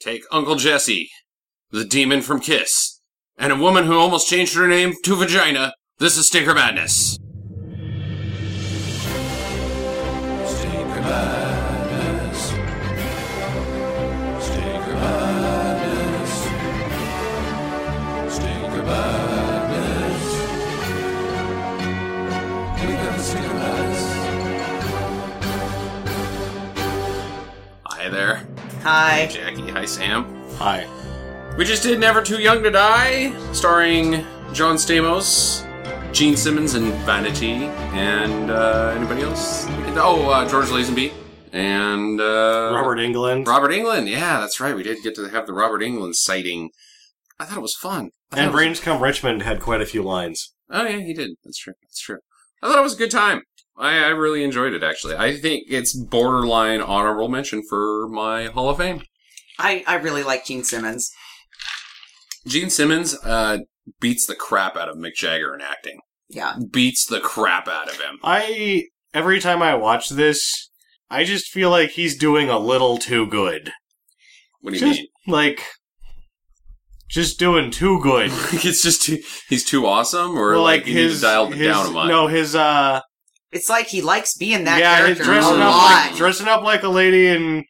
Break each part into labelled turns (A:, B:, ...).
A: Take Uncle Jesse, the demon from Kiss, and a woman who almost changed her name to Vagina. This is Stinker Madness.
B: Stinker Madness. Stinker Madness. Stinker Madness. We got the Stinker Madness.
A: Hi there.
C: Hi.
A: Jackie. Hi, Sam.
D: Hi.
A: We just did Never Too Young to Die, starring John Stamos, Gene Simmons, and Vanity, and uh, anybody else? Oh, uh, George Lazenby. And uh,
D: Robert England.
A: Robert England, yeah, that's right. We did get to have the Robert England sighting. I thought it was fun. I thought
D: and
A: it was-
D: Brains Come Richmond had quite a few lines.
A: oh yeah, he did. That's true. That's true. I thought it was a good time. I, I really enjoyed it actually. I think it's borderline honorable mention for my Hall of Fame.
C: I, I really like Gene Simmons.
A: Gene Simmons uh, beats the crap out of Mick Jagger in acting.
C: Yeah.
A: Beats the crap out of him.
D: I every time I watch this, I just feel like he's doing a little too good.
A: What do you
D: just
A: mean?
D: like just doing too good.
A: it's just too, he's too awesome, or
D: Well,
A: like, you need to dial it
D: his-
A: down a much.
D: No, his uh
C: It's like he likes being that
D: yeah, his
C: character a
D: dressing up
C: lot.
D: like, dressing up like a lady and,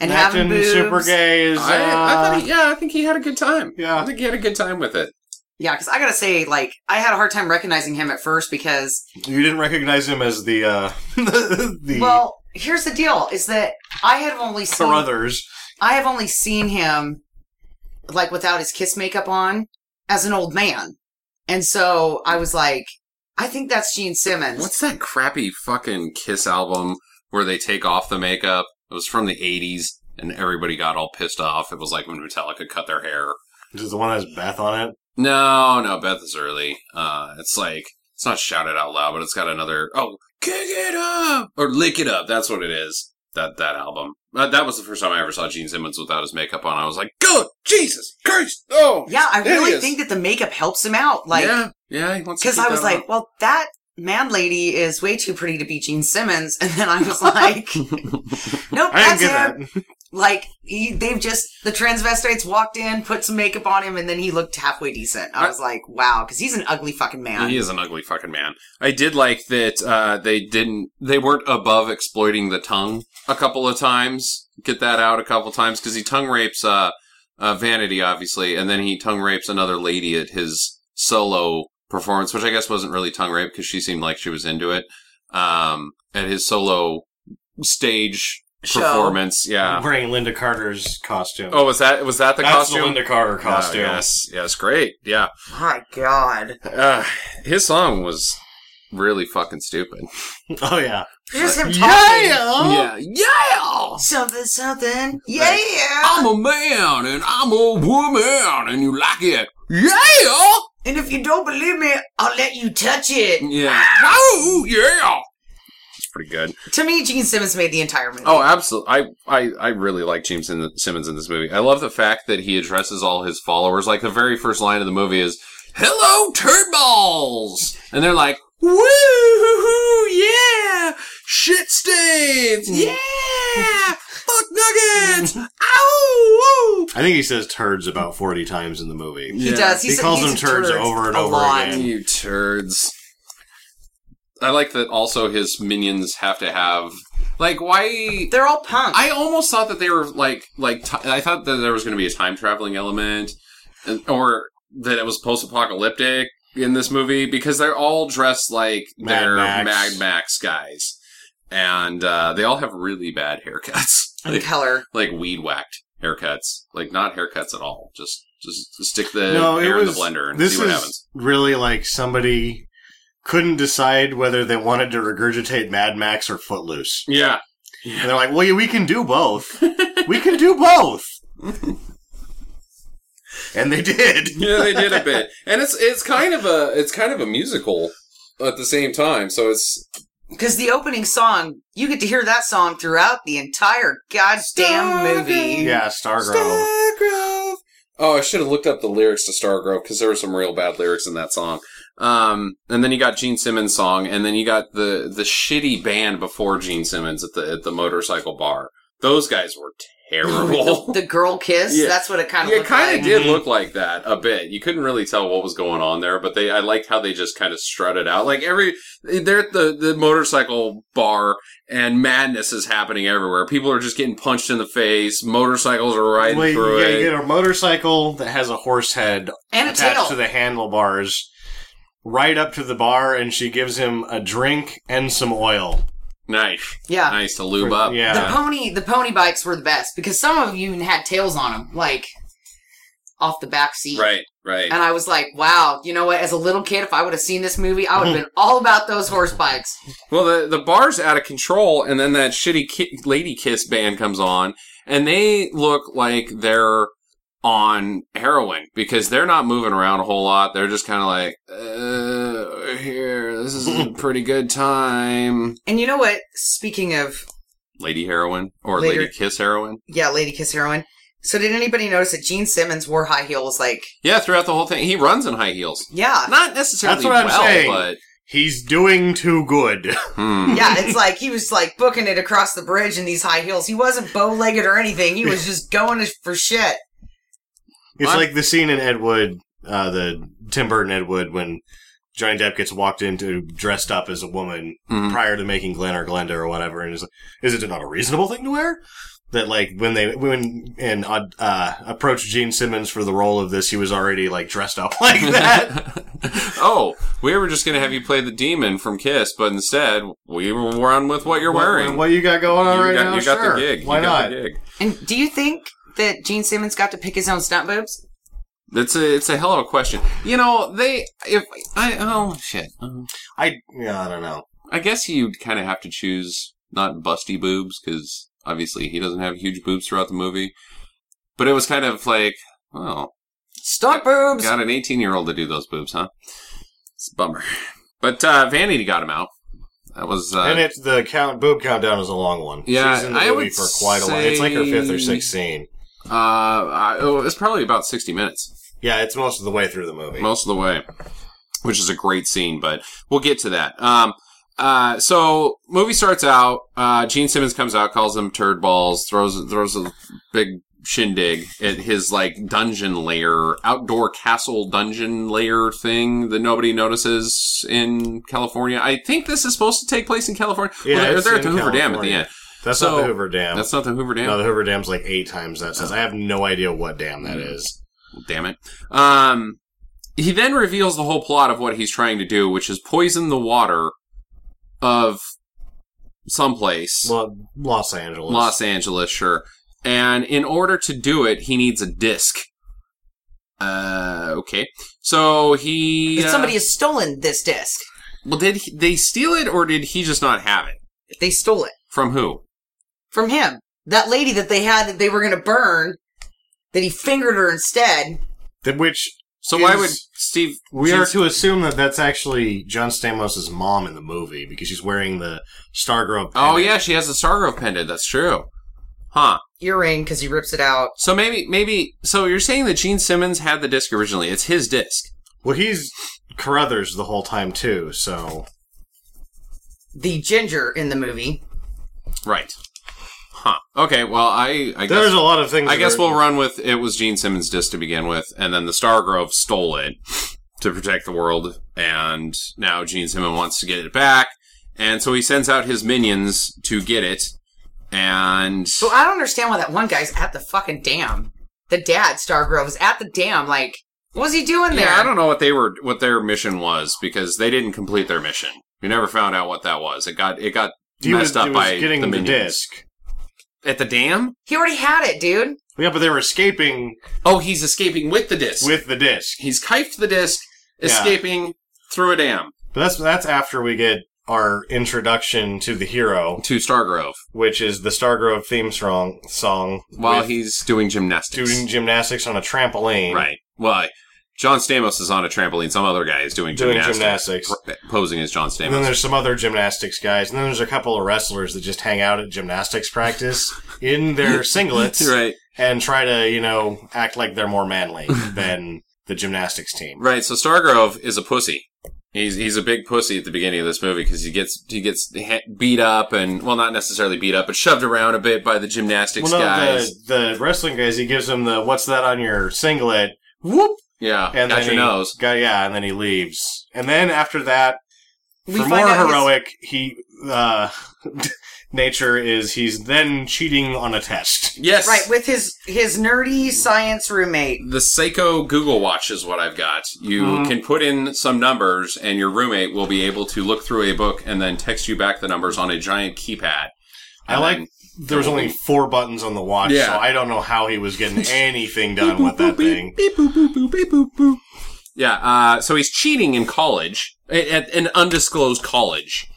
C: and having
D: acting
C: boobs.
D: super gay is uh,
A: I, I thought he, yeah, I think he had a good time. I
D: yeah.
A: think he had a good time with it.
C: Yeah, because I gotta say, like, I had a hard time recognizing him at first because,
D: You didn't recognize him as the uh the
C: well, here's the deal: is that I have only seen
D: Carruthers.
C: I have only seen him like without his kiss makeup on as an old man, and so I was like, I think that's Gene Simmons.
A: What's that crappy fucking Kiss album where they take off the makeup? It was from the 80s and everybody got all pissed off. It was like when Metallica cut their hair.
D: This is the one that has Beth on it.
A: No, no, Beth is early. Uh, it's like, it's not shouted out loud, but it's got another, oh, kick it up! Or lick it up. That's what it is. That, that album. Uh, that was the first time I ever saw Gene Simmons without his makeup on. I was like, good! Jesus Christ! Oh!
C: yeah, I
A: there he
C: really
A: is.
C: think that the makeup helps him out, like,
A: yeah, yeah, he wants to
C: because
A: keep
C: I was
A: that
C: like,
A: up.
C: well, that man lady is way too pretty to be Gene Simmons, and then I was like, nope,
D: I didn't
C: that's
D: get
C: him.
D: that.
C: Like he, they've just the transvestites walked in, put some makeup on him, and then he looked halfway decent. I was like, wow, because he's an ugly fucking man.
A: He is an ugly fucking man. I did like that uh, they didn't, they weren't above exploiting the tongue a couple of times. Get that out a couple times because he tongue rapes uh, uh, Vanity, obviously, and then he tongue rapes another lady at his solo performance, which I guess wasn't really tongue rape because she seemed like she was into it. Um, at his solo stage
C: Show.
A: performance, yeah.
D: Wearing Linda Carter's costume.
A: Oh, was that was that the
D: That's
A: costume?
D: the Linda Carter
A: Ah,
D: costume.
A: yes, yes, great, yeah.
C: My God,
A: Uh, his song was really fucking stupid.
D: Oh yeah.
C: here's him talking.
A: Yeah, yeah.
C: Something, something, yeah.
A: I'm a man and I'm a woman, and you like it. Yeah.
C: And if you don't believe me, I'll let you touch it.
A: Yeah. Oh, yeah. It's pretty good.
C: To me, Gene Simmons made the entire movie.
A: Oh, absolutely. I, I, I really like James Sim- Simmons in this movie. I love the fact that he addresses all his followers. Like the very first line of the movie is, "Hello, turnballs," and they're like, "Woo, yeah, shit stains, yeah, fuck nuggets, ow." woo."
D: I think he says turds about forty times in the movie.
C: he
A: Yeah.
C: does. He,
D: He
C: said-
D: calls
C: he's
D: them
C: a
D: turds
C: turd
D: over and
C: a
D: over
C: lot.
D: again.
A: You turds. I like that also his minions have to have like why
C: They're all punk.
A: I almost thought that they were like like ti I thought that there was going to be a time traveling element and- or that it was post apocalyptic in this movie because they're all dressed like
D: Mad
A: they're
D: Max.
A: Mad Max guys and uh, they all have really bad haircuts
C: and
A: like,
C: color.
A: like weed whacked haircuts like not haircuts at all just just stick the
D: No, it
A: hair
D: was.
A: in the blender and
D: this
A: see what
D: is
A: happens
D: really like somebody couldn't decide whether they wanted to regurgitate Mad Max or Footloose,
A: yeah
D: and they're like, "Well, yeah, we can do both. we can do both." and they did.
A: yeah, they did a bit, and it's it's kind of a it's kind of a musical at the same time. So it's
C: Because the opening song, you get to hear that song throughout the entire goddamn movie.
D: Yeah, Stargirl.
A: Stargrove. Oh, I should have looked up the lyrics to Stargrove because there were some real bad lyrics in that song. Um, and then you got Gene Simmons' song, and then you got the the shitty band before Gene Simmons at the at the motorcycle bar. Those guys were
C: Oh,
A: terrible.
C: The girl kiss.
A: Yeah.
C: That's what it kind of
A: Yeah, it
C: looked
A: kind
C: like.
A: of did
D: Mhm.
A: look like that a bit. You couldn't really tell what was going on there, but they I liked how they just kind of strutted out. Like every they're at the the motorcycle bar and madness is happening everywhere. People are just getting punched in the face. Motorcycles are riding
D: Well,
A: through
D: you, yeah,
A: it.
D: you get a motorcycle that has a horse head
C: And a
D: attached
C: tail.
D: to the handlebars right up to the bar, and she gives him a drink and some oil.
A: nice,
C: yeah.
A: nice to lube up.
C: The
D: Ah. Yeah.
C: pony, the pony bikes were the best because some of them even had tails on them, like off the back seat.
A: Right, right.
C: And I was like, wow, you know what? As a little kid, if I would have seen this movie, I would have been all about those horse bikes.
A: Well, the the bar's out of control, and then that shitty ki- lady kiss band comes on, and they look like they're on heroin because they're not moving around a whole lot. They're just kind of like, uh, here, this is a pretty good time.
C: And you know what? Speaking of,
A: Lady heroin or
C: Later.
A: lady kiss heroin?
C: yeah, Lady Kiss Heroine. So did anybody notice that Gene Simmons wore high heels? Like,
A: Yeah, throughout the whole thing, he runs in high heels.
C: yeah.
A: Not necessarily
D: That's what I'm
A: well,
D: saying.
A: but
D: He's doing too good.
A: hmm.
C: Yeah, it's like he was like booking it across the bridge in these high heels. He wasn't bow legged or anything. He was just going for shit.
D: It's
A: I'm-
D: like the scene in Ed Wood, uh, the Tim Burton Ed Wood, when Johnny Depp gets walked into dressed up as a woman
A: Mhm.
D: prior to making Glenn or Glenda or whatever, and is like, is it not a reasonable thing to wear? That like when they when and uh, approached Gene Simmons for the role of this, he was already like dressed up like that.
A: oh, we were just gonna have you play the demon from Kiss, but instead we were on with what you're wearing.
D: What, what you got going on
A: you
D: right
A: got,
D: now?
A: you got
D: sure.
A: the gig.
D: Why
A: you
D: not?
A: got the gig.
C: And do you think that Gene Simmons got to pick his own stunt boobs?
A: It's a it's a hell of a question. You know, they if I oh shit. Um,
D: I yeah, I don't know.
A: I guess you kind of have to choose not busty boobs because obviously he doesn't have huge boobs throughout the movie. But it was kind of like, well,
C: Stunt boobs.
A: got an 18 year old to do those boobs, huh? It's a bummer. But uh, Vanity got him out. That was uh,
D: and it's the count boob countdown is a long one.
A: Yeah,
D: She's in the
A: I
D: movie
A: would
D: for quite a while. It's like her fifth or
A: say-
D: sixth scene.
A: uh, I, oh, it's probably about 60 minutes.
D: Yeah, it's most of the way through the movie.
A: most of the way, which is a great scene, but we'll get to that. Um, uh, so movie starts out, uh, Gene Simmons comes out, calls them turd balls, throws, throws a big shindig at his like dungeon lair, outdoor castle dungeon lair thing that nobody notices in California. I think this is supposed to take place in California.
D: Yeah,
A: well, they're,
D: it's
A: they're at the
D: in
A: Hoover Dam at the
D: California.
A: end.
D: That's
A: So-
D: not the Hoover Dam.
A: That's not the Hoover Dam. Oh.
D: no, the Hoover Dam's like eight times that size. I have no idea what dam that
A: Mm.
D: is.
A: Damn it. Um, he then reveals the whole plot of what he's trying to do, which is poison the water of someplace.
D: Lo- Los Angeles.
A: Los Angeles, sure. And in order to do it, he needs a disc. Uh, okay. So he. uh,
C: Somebody has stolen this disc.
A: well, did he, they steal it or did he just not have it?
C: They stole it
A: From who?
C: from him. That lady that they had that they were going to burn, that he fingered her instead.
D: The- which
A: So why
D: Is-
A: would Steve.
D: we are
A: Gene-
D: to assume that that's actually John Stamos' mom in the movie because she's wearing the Stargrove.
A: Oh,
D: pendant.
A: yeah, she has a Stargrove pendant. That's true. Huh.
C: Earring because he rips it out.
A: So maybe, maybe. So you're saying that Gene Simmons had the disc originally? It's his disc.
D: Well, he's Carruthers the whole time too. So
C: The ginger in the movie.
A: Right. Huh. Okay. Well, I, I
D: there's
A: guess,
D: a lot of things.
A: I
D: that
A: guess
D: are-
A: we'll run with it was Gene Simmons' disc to begin with, and then the Stargrove stole it to protect the world, and now Gene Simmons wants to get it back, and so he sends out his minions to get it, and
C: So I don't understand why that one guy's at the fucking dam. The dad, Stargrove, was at the dam. Like, what was he doing there?
A: yeah, I don't know what they were what their mission was because they didn't complete their mission. We never found out what that was. It got it got
D: he
A: messed
D: was,
A: up
D: he was
A: by
D: getting
A: the
D: the,
A: minions.
D: disc.
A: at the dam.
C: He already had it, dude.
D: Yeah, but they were escaping
A: Oh, he's escaping with the disc.
D: with the disc.
A: he's knifed the disc,
D: Yeah.
A: escaping through a dam
D: But that's that's after we get our introduction to the hero,
A: to Stargrove
D: which is the Stargrove theme song song
A: while
D: with
A: he's doing gymnastics.
D: doing gymnastics on a trampoline.
A: right. Well, John Stamos is on a trampoline. Some other guy is doing,
D: Doing
A: gymnastics,
D: gymnastics.
A: pr- posing as John
D: And then
A: Stamos.
D: there's some other gymnastics guys, and then there's a couple of wrestlers that just hang out at gymnastics practice in their singlets
A: right.
D: and try to, you know, act like they're more manly than the gymnastics team.
A: Right. So Stargrove is a pussy. He's he's a big pussy at the beginning of this movie because he gets he gets ha- beat up and well not necessarily beat up but shoved around a bit by the gymnastics
D: well, no,
A: guys.
D: the, the wrestling guys. He gives him the "What's that on your singlet?" Whoop,
A: yeah,
D: and
A: got
D: then
A: your
D: he,
A: nose.
D: Got, yeah, and then he leaves. And then after that,
C: We
D: for
C: find
D: more
C: out his-
D: heroic, he uh, nature is he's then cheating on a test.
A: Yes,
C: Right, with his his nerdy science roommate.
A: the Seiko Google Watch is what I've got. You
D: Mhm.
A: can put in some numbers, and your roommate will be able to look through a book and then text you back the numbers on a giant keypad.
D: I
A: And
D: like
A: then-
D: there was only four buttons on the watch,
A: Yeah.
D: so I don't know how he was getting anything done with that thing.
A: Yeah, uh, so he's cheating in college at, at an undisclosed college.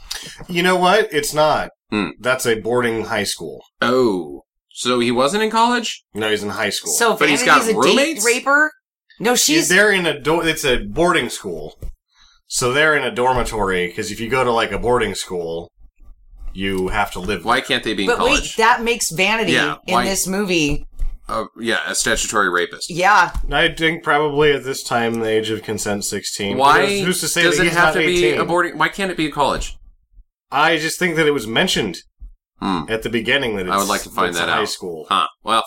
D: You know what? It's not.
A: Hmm.
D: That's a boarding high school.
A: Oh, so he wasn't in college?
D: No, he's in high school.
C: So
A: But he's got
C: Vanity's a
A: roommates?
C: date raper. No,
D: She's
C: she's
D: they're in a do- it's a boarding school. So they're in a dormitory because if you go to like a boarding school, you have to live.
A: Why can't they be in
C: But wait,
A: college?
C: that makes Vanity
A: Yeah,
C: in
A: why-
C: this movie.
A: Uh, yeah, a statutory rapist.
C: Yeah,
D: I think probably at this time the age of consent sixteen. But
A: Why
D: there's- Who's to say
A: does
D: that
A: it
D: he's
A: have
D: not
A: to be
D: 18?
A: a boarding? Why can't it be a college?
D: I just think that it was mentioned
A: Hmm.
D: at the beginning that it's,
A: I would like to find
D: it's
A: that
D: a High
A: out.
D: school.
A: Huh. Well,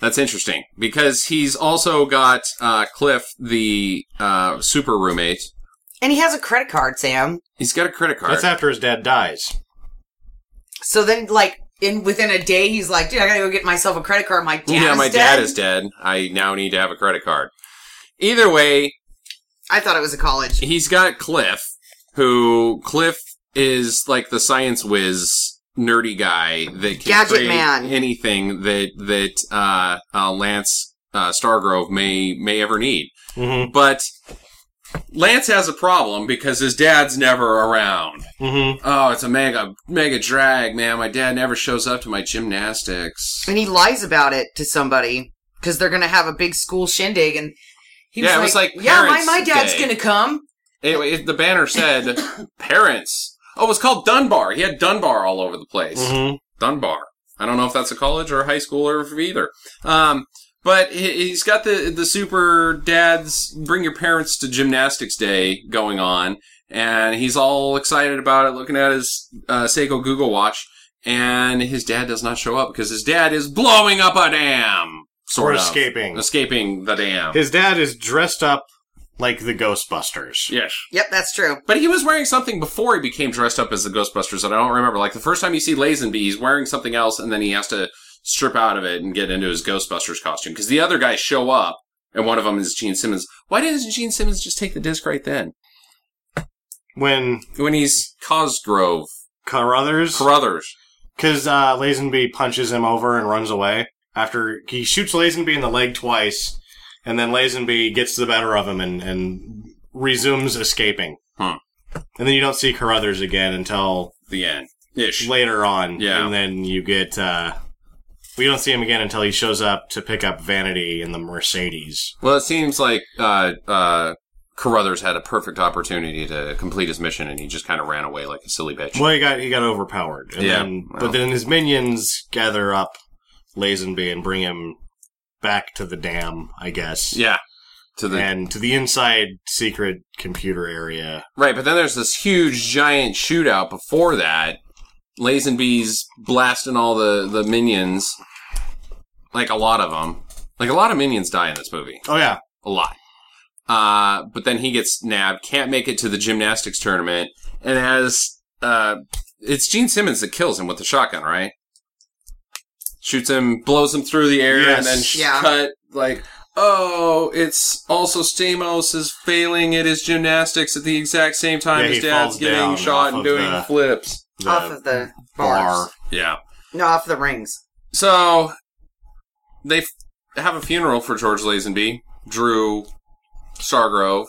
A: that's interesting because he's also got uh, Cliff, the uh, super roommate.
C: and he has a credit card, Sam.
A: He's got a credit card.
D: That's after his dad dies.
C: So then, like in within a day, he's like, "Dude, I gotta go get myself a credit card." My dad,
A: yeah,
C: is
A: my
C: dead.
A: dad is dead. I now need to have a credit card. Either way,
C: I thought it was a college.
A: he's got Cliff, who Cliff is like the science whiz nerdy guy that can
C: Gadget
A: create
C: man.
A: anything that that uh, uh, Lance uh, Stargrove may may ever need.
D: Mm-hmm.
A: But Lance has a problem because his dad's never around.
D: Mm-hmm.
A: Oh, it's a mega mega drag, man. My dad never shows up to my gymnastics.
C: And he lies about it to somebody because they're gonna have a big school shindig, and he
A: Yeah, it
C: was
A: was
C: like,
A: like
C: "Yeah, my
A: Parents'
C: my dad's
A: Day.
C: gonna come."
A: Anyway, it, the banner said parents. Oh, it was called Dunbar. He had Dunbar all over the place.
D: Mm-hmm.
A: Dunbar. I don't know if that's a college or a high school or if either. Um, but he- he's got the the super dad's bring your parents to gymnastics day going on, and he's all excited about it, looking at his uh, Seiko Google Watch, and his dad does not show up because his dad is blowing up a dam,
D: Or
A: sort of
D: escaping.
A: escaping the dam.
D: His dad is dressed up like the Ghostbusters.
A: yes.
C: Yep, that's true.
A: But he was wearing something before he became dressed up as the Ghostbusters that I don't remember. Like the first time you see Lazenby, he's wearing something else, and then he has to strip out of it and get into his Ghostbusters costume because the other guys show up, and one of them is Gene Simmons. Why doesn't Gene Simmons just take the disc right then
D: When
A: when he's Cosgrove
D: Carruthers,
A: Carruthers?
D: because uh, Lazenby punches him over and runs away after he shoots Lazenby in the leg twice, and then Lazenby gets the better of him and, and resumes escaping.
A: Hmm.
D: And then you don't see Carruthers again until
A: The end ish.
D: later on.
A: Yeah.
D: And then you get uh, we don't see him again until he shows up to pick up Vanity in the Mercedes.
A: Well, it seems like uh, uh, Carruthers had a perfect opportunity to complete his mission, and he just kind of ran away like a silly bitch.
D: Well, he got he got overpowered. And
A: Yeah.
D: Then,
A: Wow.
D: But then his minions gather up Lazenby and bring him back to the dam, I guess.
A: Yeah. To the
D: and to the inside secret computer area.
A: Right, but then there's this huge giant shootout before that. Lazenby's blasting all the, the minions. Like a lot of them. Like a lot of minions die in this movie.
D: Oh yeah,
A: A lot. Uh, but then he gets nabbed, can't make it to the gymnastics tournament, and as uh, it's Gene Simmons that kills him with the shotgun, right? Shoots him, blows him through the air,
D: Yes.
A: and then sh-
C: Yeah.
A: cut like, oh, it's also Stamos is failing at his gymnastics at the exact same time
D: Yeah, he
A: his dad's
D: falls down
A: getting shot
D: off
A: and
D: of
A: doing
D: the
A: flips.
D: the
C: off of the bars,
A: Yeah.
C: no, off the rings.
A: So they f- have a funeral for George Lazenby, Drew Stargrove.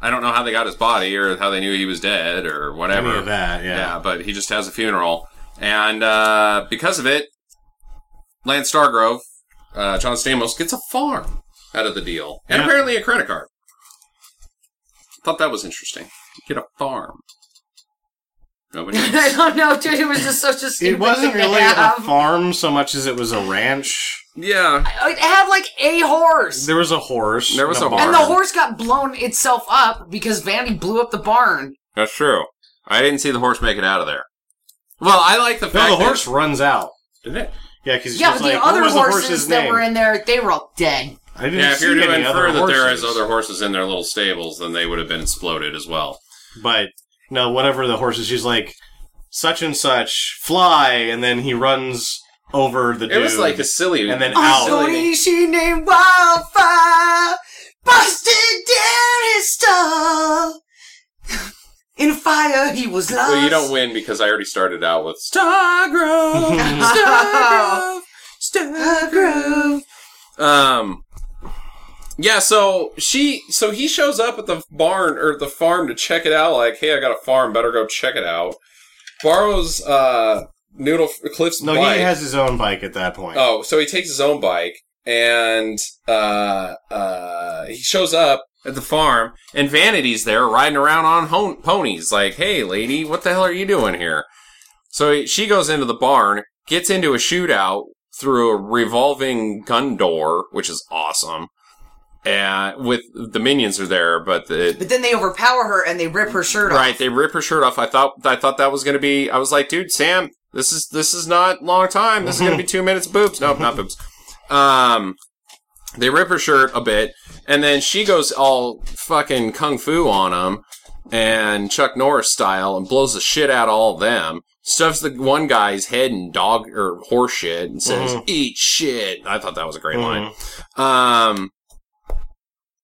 A: I don't know how they got his body or how they knew he was dead or whatever.
D: any of that. Yeah.
A: Yeah, but he just has a funeral, and uh, because of it, Lance Stargrove, uh, John Stamos gets a farm out of the deal, and
D: Yeah.
A: apparently a credit card. Thought that was interesting. Get a farm. Nobody.
C: I don't know, dude. It was just such a stupid
D: It wasn't
C: thing to
D: really a
C: have.
D: farm so much as it was a ranch.
A: Yeah.
C: It had like a horse.
D: There was a horse.
A: There was
D: in
A: a horse.
C: and the horse got blown itself up because Vandy blew up the barn.
A: That's true. I didn't see the horse make it out of there. Well, I like the fact
D: No, the
A: that-
D: horse runs out.
A: Didn't it?
D: Yeah, because
C: yeah,
D: just
C: but
D: like,
C: the
D: what
C: other
D: was
C: horses
D: the horse's
C: that
D: name?
C: were in there, they were all dead.
D: I didn't
A: Yeah, if
D: see
A: you're to
D: any other
A: infer that there is
D: horses.
A: other horses in their little stables, then they would have been exploded as well.
D: But no, whatever the horse is, she's like such and such fly, and then he runs over the.
A: It was
D: dude.
A: like a silly,
D: And then
A: a
D: out.
A: silly name.
C: Tony, she named Wildfire, busted down his stuff. In fire, he was lost.
A: Well, you don't win because I already started out with Stargrove, Stargrove, Stargrove. Um, yeah. So she, so he shows up at the barn or the farm to check it out. Like, hey, I got a farm. Better go check it out. Borrows uh Noodle Cliff's
D: No,
A: bike.
D: he has his own bike at that point.
A: oh, so he takes his own bike and uh uh he shows up. At the farm, and Vanity's there riding around on hon- ponies. Like, hey, lady, what the hell are you doing here? So he- she goes into the barn, gets into a shootout through a revolving gun door, which is awesome. And with the minions are there, but the
C: But then they overpower her and they rip her shirt off.
A: right they rip her shirt off. I thought I thought that was gonna be. I was like, dude, Sam, this is this is not long time. This is gonna be two minutes. of Boobs? Nope, not boobs. Um, they rip her shirt a bit, and then she goes all fucking kung fu on them, and Chuck Norris style, and blows the shit out of all of them. Stuffs the one guy's head in dog or horse shit, and says, "Eat shit." I thought that was a great
D: Mm-hmm.
A: line. Um,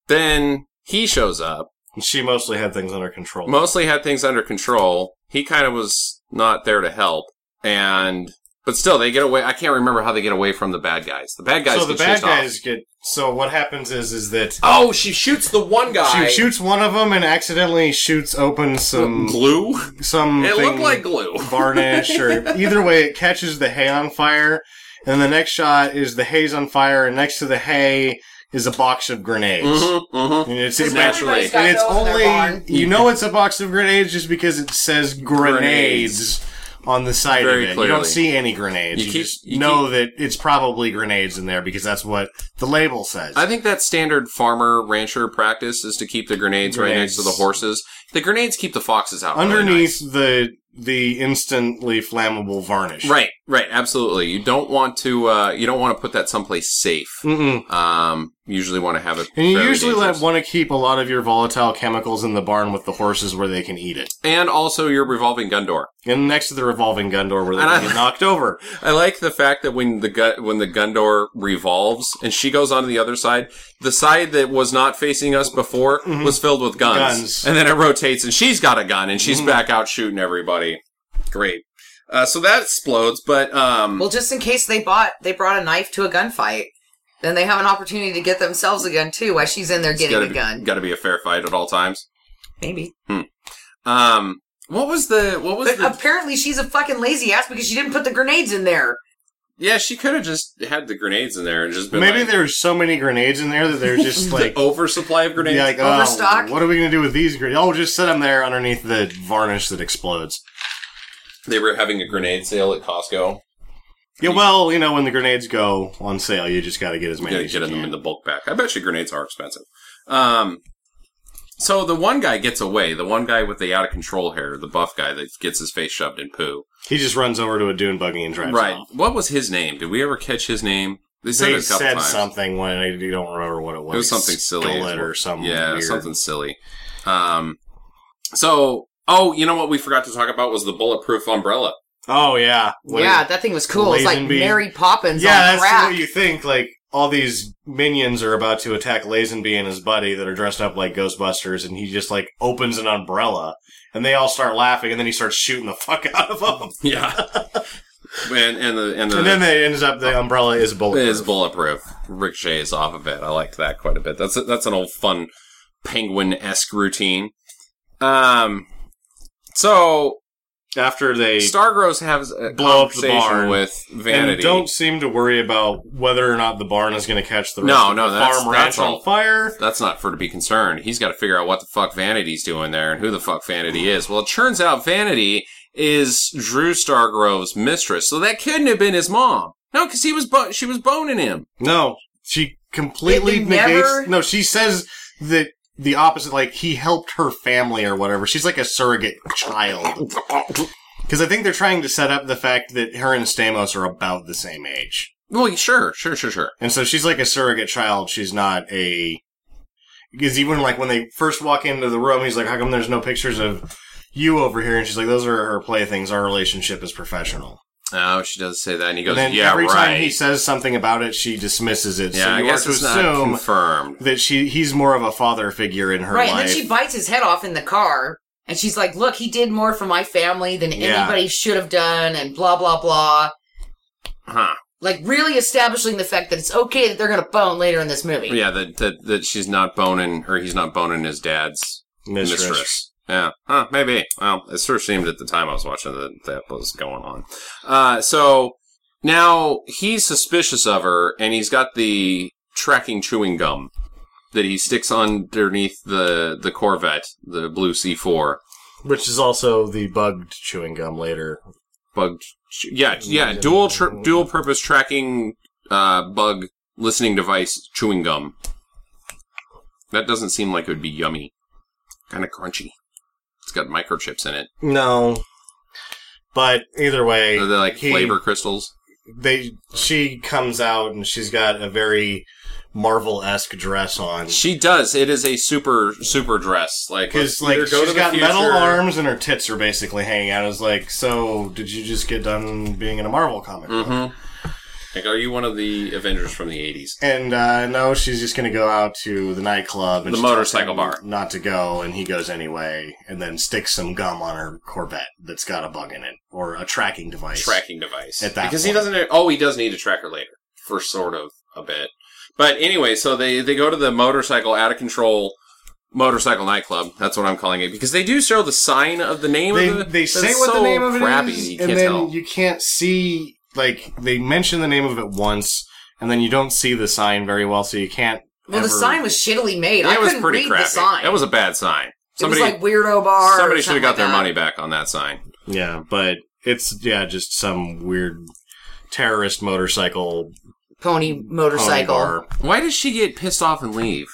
A: then he shows up.
D: She mostly had things under control.
A: Mostly had things under control. He kind of was not there to help, and but still they get away. I can't remember how they get away from the bad guys. The bad guys.
D: so the
A: get
D: bad
A: chased off.
D: guys get. So what happens is, is that
A: Oh, she shoots the one guy.
D: she shoots one of them and accidentally shoots open some
A: glue.
D: some.
A: It looked
D: thing-
A: like glue.
D: varnish or either way it catches the hay on fire and the next shot is the hay's on fire and next to the hay is a box of grenades
A: Mm-hmm, mm-hmm.
D: and it's,
A: It's naturally.
D: and it's
C: Gotta go in their barn.
D: only you know it's a box of grenades just because it says grenades, on the side
A: Very
D: of it you
A: clearly.
D: don't see any grenades
A: You
D: you,
A: keep-
D: just
A: you
D: know that it's probably grenades in there because that's what the label says
A: I think that standard farmer rancher practice is to keep the grenades, right next
D: Grenades.
A: to the horses. The grenades keep the foxes out. really
D: underneath the the instantly flammable varnish
A: nice. Right, right, absolutely. You don't want to. Uh, you don't want to put that someplace safe.
D: Mm-mm.
A: Um, you usually want to have it.
D: Mm. And you
A: fairly
D: usually
A: dangerous.
D: want to keep a lot of your volatile chemicals in the barn with the horses where they can eat it.
A: and also your revolving gun door.
D: And next to the revolving gun door where they
A: And
D: can
A: I-
D: get knocked over.
A: I like the fact that when the gun when the gun door revolves and she goes onto the other side, the side that was not facing us before was filled with guns.
D: Mm-hmm. Guns. Mm-hmm.
A: and then it rotates and she's got a gun and she's back out shooting everybody. Great. Uh, so that explodes, but um,
C: Well, just in case they bought, they brought a knife to a gunfight. Then they have an opportunity to get themselves a gun too, while she's in there
A: it's
C: getting
A: gotta
C: a
A: be,
C: gun.
A: gotta be a fair fight at all times.
C: Maybe.
A: Um, what was the what was
C: But
A: the
C: apparently, she's a fucking lazy ass because she didn't put the grenades in there.
A: yeah? She could have just had the grenades in there and just been
D: Maybe
A: like,
D: there's so many grenades in there that they're just like,
A: the oversupply of grenades.
D: yeah, like oh,
C: Overstock?
D: what are we going to do with these grenades? Oh, just set them there underneath the varnish that explodes.
A: they were having a grenade sale at Costco.
D: Yeah, well, you know, when the grenades go on sale, you just got to get as many
A: Gotta
D: as you
A: get them in
D: can.
A: the bulk pack. I bet you grenades are expensive. Um, so the one guy gets away. The one guy with the out of control hair, the buff guy that gets his face shoved in poo.
D: He just runs over to a dune buggy and drives
A: Right.
D: off.
A: What was his name? Did we ever catch his name? They said
D: They
A: it a couple
D: said
A: times.
D: something when I don't remember what it was.
A: It was something silly.
D: Skillet or something.
A: Yeah,
D: weird.
A: something silly. Um, so oh, you know what we forgot to talk about was the bulletproof umbrella.
D: Oh yeah. What is
C: yeah,
D: it?
C: that thing was cool. It's like
D: Lazenby.
C: Mary Poppins
D: Yeah,
C: on
D: that's
C: crack.
D: what you think. Like all these minions are about to attack Lazenby and his buddy that are dressed up like Ghostbusters, and he just like opens an umbrella, and they all start laughing, and then he starts shooting the fuck out of them,
A: Yeah. and and the and the
D: and then they ends up the umbrella is
A: It
D: bulletproof.
A: is bulletproof. Ricochets off of it. I liked that quite a bit. That's that's an old fun penguin esque routine. Um, so
D: After they
A: Stargross has a
D: Blow up the
A: conversation
D: barn.
A: with Vanity.
D: and don't seem to worry about whether or not the barn is going to catch the rest
A: No,
D: of
A: no,
D: the
A: that's-
D: farm
A: that's
D: ranch on
A: all.
D: fire.
A: that's not for to be concerned. He's got to figure out what the fuck Vanity's doing there and who the fuck Vanity is. Well, it turns out Vanity is Drew Stargrove's mistress, so that couldn't have been his mom. No, because he was bo- she was boning him.
D: No, she completely
C: They- they
D: negates.
C: never-
D: No, she says that the opposite. Like he helped her family or whatever. She's like a surrogate child. Because I think they're trying to set up the fact that her and Stamos are about the same age,
A: Well, sure, sure, sure, sure.
D: and so she's like a surrogate child. She's not a. Because even like when they first walk into the room, he's like, "How come there's no pictures of you over here?" And she's like, "Those are her playthings. Our relationship is professional."
A: Oh, she does say that, and he goes,
D: and then
A: "Yeah,
D: every time he
A: right."
D: says something about it, she dismisses it.
A: Yeah,
D: so
A: I
D: you
A: guess
D: are to
A: it's not
D: assume
A: confirmed.
D: that she he's more of a father figure in her
C: right, and
D: life.
C: then she bites his head off in the car, and she's like, "Look, he did more for my family than
D: Yeah.
C: anybody should have done," and blah blah blah.
A: Huh?
C: Like really establishing the fact that it's okay that they're gonna bone later in this movie.
A: Yeah, that that that she's not boning, or he's not boning his dad's mistress. Yeah, huh, maybe. Well, it sure seemed at the time I was watching that that was going on. Uh, so now he's suspicious of her, and he's got the tracking chewing gum that he sticks underneath the the Corvette, the blue C four
D: which is also the bugged chewing gum later.
A: bug. ch- Yeah, yeah, dual tr- dual purpose tracking uh, bug listening device chewing gum. That doesn't seem like it would be yummy. Kind of crunchy. It's got microchips in it.
D: No, but either way,
A: Are they like
D: he-
A: flavor crystals?
D: They she comes out and she's got a very Marvel esque dress on.
A: She does. It is a super super dress. Like let's
D: Because like
A: either go to
D: she's
A: the
D: got metal
A: future-
D: arms and her tits are basically hanging out. I was like, so did you just get done being in a Marvel comic? book?
A: Mhm. Like, are you one of the Avengers from the eighties?
D: And uh, no, she's just going to go out to the nightclub and
A: The
D: she tells
A: motorcycle
D: him
A: bar.
D: Not to go, and he goes anyway, and then sticks some gum on her Corvette that's got a bug in it or a tracking device.
A: Tracking device.
D: At that
A: because he
D: point.
A: doesn't. Oh, he does need to track her later for sort of a bit. But anyway, so they they go to the motorcycle out of control motorcycle nightclub. That's what I'm calling it because they do show the sign of the name
D: They
A: of the.
D: they
A: that's
D: say what
A: so
D: the name of it is,
A: crappy, You
D: and
A: can't
D: then
A: tell.
D: you can't see. Like they mention the name of it once, and then you don't see the sign very well, so you can't.
C: Well,
D: ever-
C: the sign was shittily made. I
A: it was
C: couldn't
A: pretty
C: read
A: crappy.
C: the sign.
A: That was a bad sign. Somebody
C: it was like weirdo bar. or
A: somebody should have
C: something
A: got
C: like
A: their
C: that.
A: money back on that sign.
D: Yeah, but it's yeah, just some weird terrorist motorcycle
C: Pony
D: pony
C: motorcycle,
D: bar.
A: Why does she get pissed off and leave?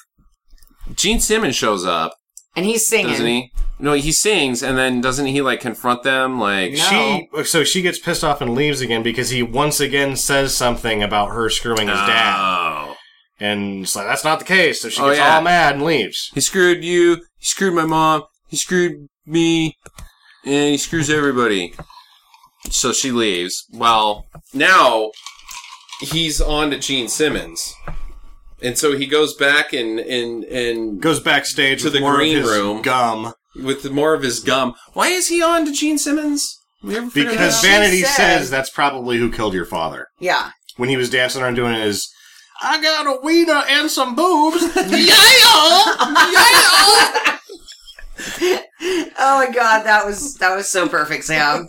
A: Gene Simmons shows up,
C: and he's singing.
A: doesn't he? No, he sings, and then doesn't he like confront them? Like,
C: No.
D: She so she gets pissed off and leaves again because he once again says something about her screwing his dad,
A: Oh.
D: and it's like that's not the case. So she
A: Oh,
D: gets
A: yeah.
D: all mad and leaves.
A: He screwed you. He screwed my mom. He screwed me, and he screws everybody. So she leaves. Well, now he's on to Gene Simmons, and so he goes back and and and
D: Goes backstage
A: To
D: with
A: the
D: more of
A: green
D: his
A: room.
D: gum
A: with more of his gum. Why is he on to Gene Simmons? We ever figure that
D: because
A: out?
C: She
D: Vanity
C: said-
D: says that's probably who killed your father
C: Yeah,
D: when he was dancing around doing his. I got a wiener and some boobs.
C: Oh my god, that was that was so perfect, Sam.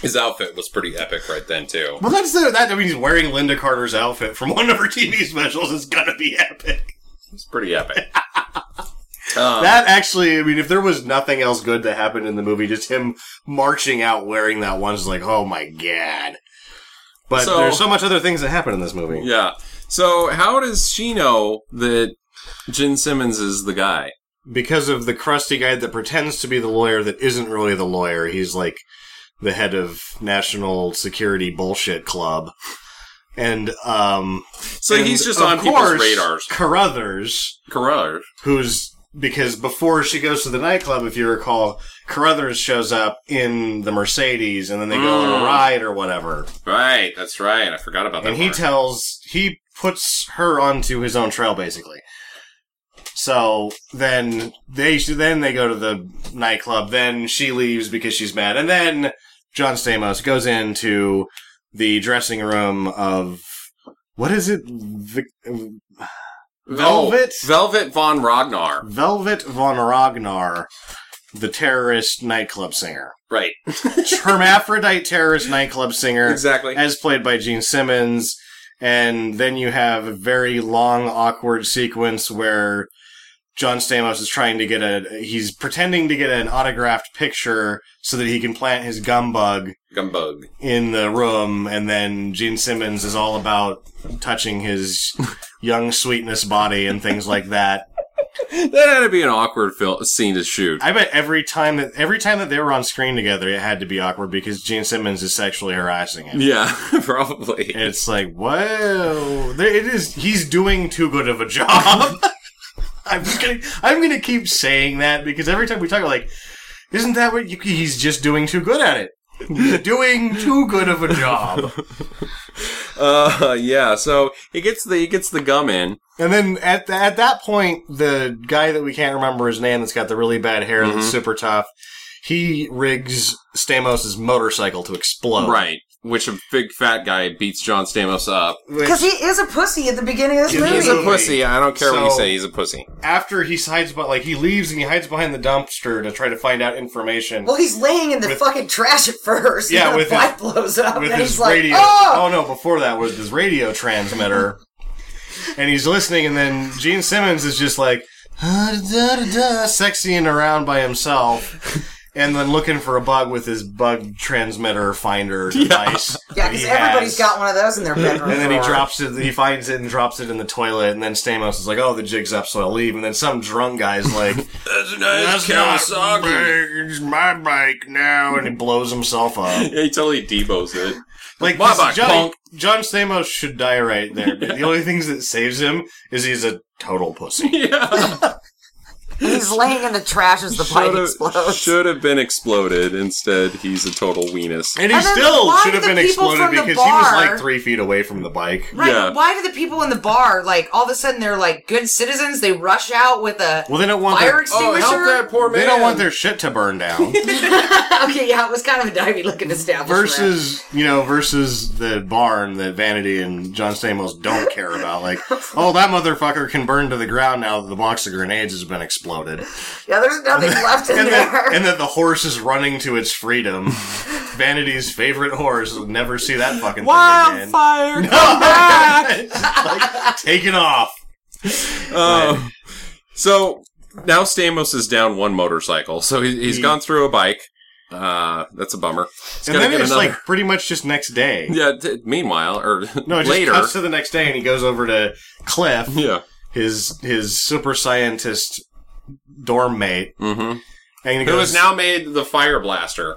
A: His outfit was pretty epic right then too.
D: well, that's the, that. I mean, he's wearing Linda Carter's outfit from one of her TV specials. It's gonna be epic.
A: It's pretty epic. Um,
D: That actually, I mean, if there was nothing else good that happened in the movie, just him marching out wearing that one is like, oh my god. But
A: So-
D: there's so much other things that happen in this movie.
A: yeah. So how does she know that Gene Simmons is the guy?
D: Because of the crusty guy that pretends to be the lawyer that isn't really the lawyer, he's like the head of National Security Bullshit Club. And, um.
A: So
D: and
A: he's just
D: of
A: on people's
D: course,
A: radars.
D: Carruthers
A: Carruthers.
D: who's because before she goes to the nightclub, if you recall, Carruthers shows up in the Mercedes, and then they go on
A: Mm.
D: a ride or whatever.
A: Right, that's right. I forgot about that.
D: And he
A: part.
D: tells he puts her onto his own trail, basically. So then they then they go to the nightclub. Then she leaves because she's mad, and then John Stamos goes into the dressing room of what is it, Vic, Velvet?
A: Oh, Velvet von Ragnar.
D: Velvet von Ragnar, the terrorist nightclub singer,
A: Right.
D: hermaphrodite terrorist nightclub singer,
A: Exactly.
D: as played by Gene Simmons. And then you have a very long, awkward sequence where John Stamos is trying to get a he's pretending to get an autographed picture so that he can plant his gumbug
A: Gumbug.
D: in the room, and then Gene Simmons is all about touching his young sweetness body and things like that.
A: That had to be an awkward fil- scene to shoot.
D: I bet every time that every time that they were on screen together, it had to be awkward because Gene Simmons is sexually harassing him.
A: yeah, probably.
D: It's like, whoa, there, it is. He's doing too good of a job. I'm just gonna, I'm gonna keep saying that because every time we talk, like, isn't that what you, he's just doing too good at it? doing too good of a job.
A: Uh, yeah. So he gets the he gets the gum in.
D: And then at th- at that point, the guy that we can't remember his name, that's got the really bad hair, that's
A: Mhm.
D: super tough, he rigs Stamos's motorcycle to explode.
A: Right. Which a big fat guy beats John Stamos up.
D: Which-
C: Because he is a pussy at the beginning of this
D: He's
C: movie.
A: He's a pussy. I don't care what you
D: So-
A: say. He's a pussy.
D: after he hides, but like he leaves and he hides behind the dumpster to try to find out information.
C: well, he's laying in the
D: With-
C: fucking trash at first.
D: Yeah,
C: and
D: with
C: the
D: his-
C: light blows up,
D: with
C: and
D: his
C: he's like,
D: radio.
C: "Oh!"
D: no! Before that was his radio transmitter, and he's listening, and then Gene Simmons is just like "Ah, da, da, da," sexying around by himself, and then looking for a bug with his bug transmitter finder device.
C: Yeah,
D: that
C: because
D: he
C: everybody's
D: has.
C: got one of those in their bedroom.
D: And then he
C: drawer.
D: drops it. He finds it and drops it in the toilet. And then Stamos is like, "Oh, the jig's up, so I'll leave." And then some drunk guy's like,
A: That's a
D: not big. It's my bike now, and he blows himself up.
A: Yeah, he totally debos it.
D: Like
A: My
D: this-
A: bike,
D: Johnny-
A: punk.
D: John Stamos should die right there. but The only things that saves him is he's a total pussy.
A: Yeah.
C: He's laying in the trash as the pipe explodes.
A: should have been exploded. Instead, he's a total weenus.
D: And he
C: And then
D: still
C: why
D: should have
C: do the
D: been
C: people
D: exploded
C: from the
D: because he was
C: bar-
D: like three feet away from the bike.
C: Right.
A: Yeah.
C: Why do the people in the bar like all of a sudden they're like good citizens? They rush out with a
D: Well, they don't want
C: fire
D: their,
C: extinguisher.
A: poor
D: they don't want their shit to burn down.
C: okay, yeah, it was kind of a divey looking establishment.
D: versus you know versus the barn that Vanity and John Stamos don't care about. Like, oh, that motherfucker can burn to the ground now that the box of grenades has been exploded.
C: yeah, there's nothing left in
D: and
C: there.
D: that, and that the horse is running to its freedom. Vanity's favorite horse. will Never see that fucking thing again.
A: Wildfire, come back!
D: like, taking off.
A: Um, so now Stamos is down one motorcycle. So he, he's
D: He-
A: gone through a bike. Uh, that's a bummer. He's
D: And
A: gotta
D: then
A: get
D: it's
A: another.
D: like pretty much just next day.
A: yeah. T- meanwhile, or
D: No, it just
A: later.
D: cuts to the next day, and he goes over to Cliff,
A: yeah.
D: his his super scientist dorm mate,
A: Mm-hmm.
D: and he
A: Who
D: goes
A: has now made the fire blaster?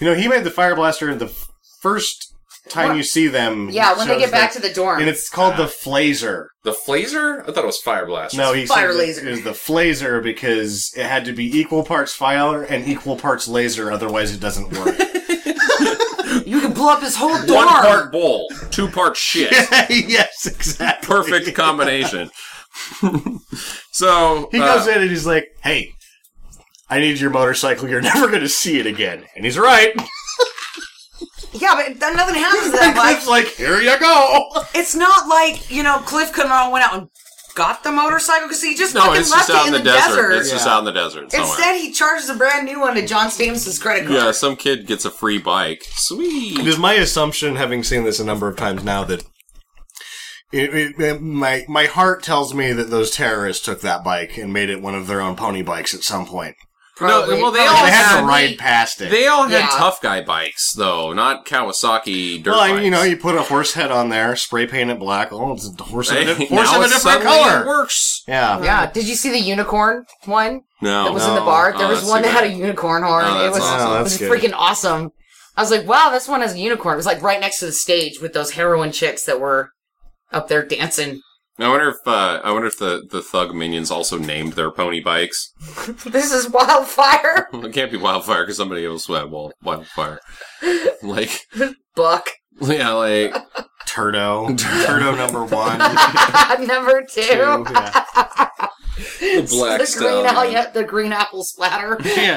D: You know, he made the fire blaster the f- first time
C: What?
D: you see them.
C: yeah, when they get back to the dorm.
D: and it's called the flazer.
A: The flazer? I thought it was fire blaster.
D: No, he
C: Fire
D: said that
C: laser.
D: It was the flazer because it had to be equal parts fire and equal parts laser, otherwise it doesn't work.
C: you can blow up his whole dorm.
A: one part bowl, two part shit.
D: yes, exactly.
A: Perfect combination. so
D: He
A: uh,
D: goes in and he's like, "Hey, I need your motorcycle. You're never going to see it again." And he's right.
C: Yeah, but then nothing happens to that
D: And
C: bike.
D: Cliff's like, "Here you go."
C: It's not like you know Cliff couldn't all went out and got the motorcycle because he just
A: No,
C: fucking
A: it's
C: left
A: just out
C: it
A: in the, desert. It's just
D: Yeah.
A: out in the desert somewhere.
C: Instead, he charges a brand new one to John Stamos's credit card.
A: yeah, some kid gets a free bike. Sweet.
D: It is my assumption, having seen this a number of times now, that it, it- it- my my heart tells me that those terrorists took that bike and made it one of their own pony bikes at some point.
C: Probably.
A: well, they
C: Probably.
A: all
D: they had to
A: had-
D: ride past it.
A: They all had
C: Yeah.
A: tough guy bikes, though, not Kawasaki dirt
D: well, I mean,
A: bikes.
D: you know, you put a horse head on there, spray paint it black. Oh, it's a horse
A: Hey,
D: of a, di- horse
A: now
D: of a
A: it
D: different
A: suddenly
D: color.
A: works.
D: Yeah.
C: Yeah. Did you see the unicorn one
A: No,
C: that was in
D: no.
C: the bar?
A: Oh,
C: There was
A: that's
C: one
A: too
C: that had a
A: bad.
C: unicorn horn.
A: Oh,
C: it
A: that's
C: was,
A: awesome.
D: Oh,
C: it was
D: that's good.
C: freaking awesome. I was like, wow, this one has a unicorn. It was like right next to the stage with those heroin chicks that were up there dancing.
A: I wonder if uh, I wonder if the, the thug minions also named their pony bikes.
C: This is wildfire.
A: Well, it can't be wildfire because somebody else had wild, wildfire. like,
C: Buck.
A: yeah, like
D: Turdo. Turdo number one.
C: Number two.
D: two, yeah.
A: the black
C: the green,
A: stuff.
C: apple, yeah, the green apple splatter.
D: Yeah.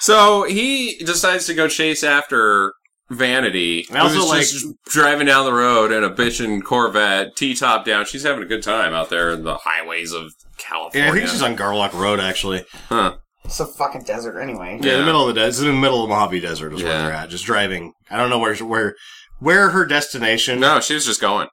A: So he decides to go chase after Vanity.
D: And also,
A: who's
D: like-
A: just driving down the road in a bitchin' Corvette, t top down. She's having a good time out there in the highways of California.
D: Yeah, I think she's on Garlock Road, actually.
A: Huh.
C: It's a fucking desert anyway.
D: Yeah, in
A: Yeah.
D: the middle of the desert. It's in the middle of the Mojave Desert is
A: Yeah.
D: where they're at. Just driving. I don't know where where where her destination.
A: No, she was just going.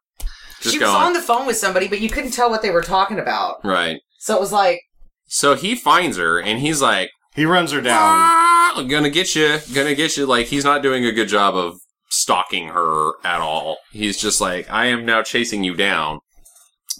A: Just
C: she
A: going.
C: was on the phone with somebody, but you couldn't tell what they were talking about.
A: right.
C: So it was like,
A: So he finds her and he's like,
D: He runs her down.
A: "Ah, I'm gonna get you, gonna get you. Like he's not doing a good job of stalking her at all. He's just like, I am now chasing you down.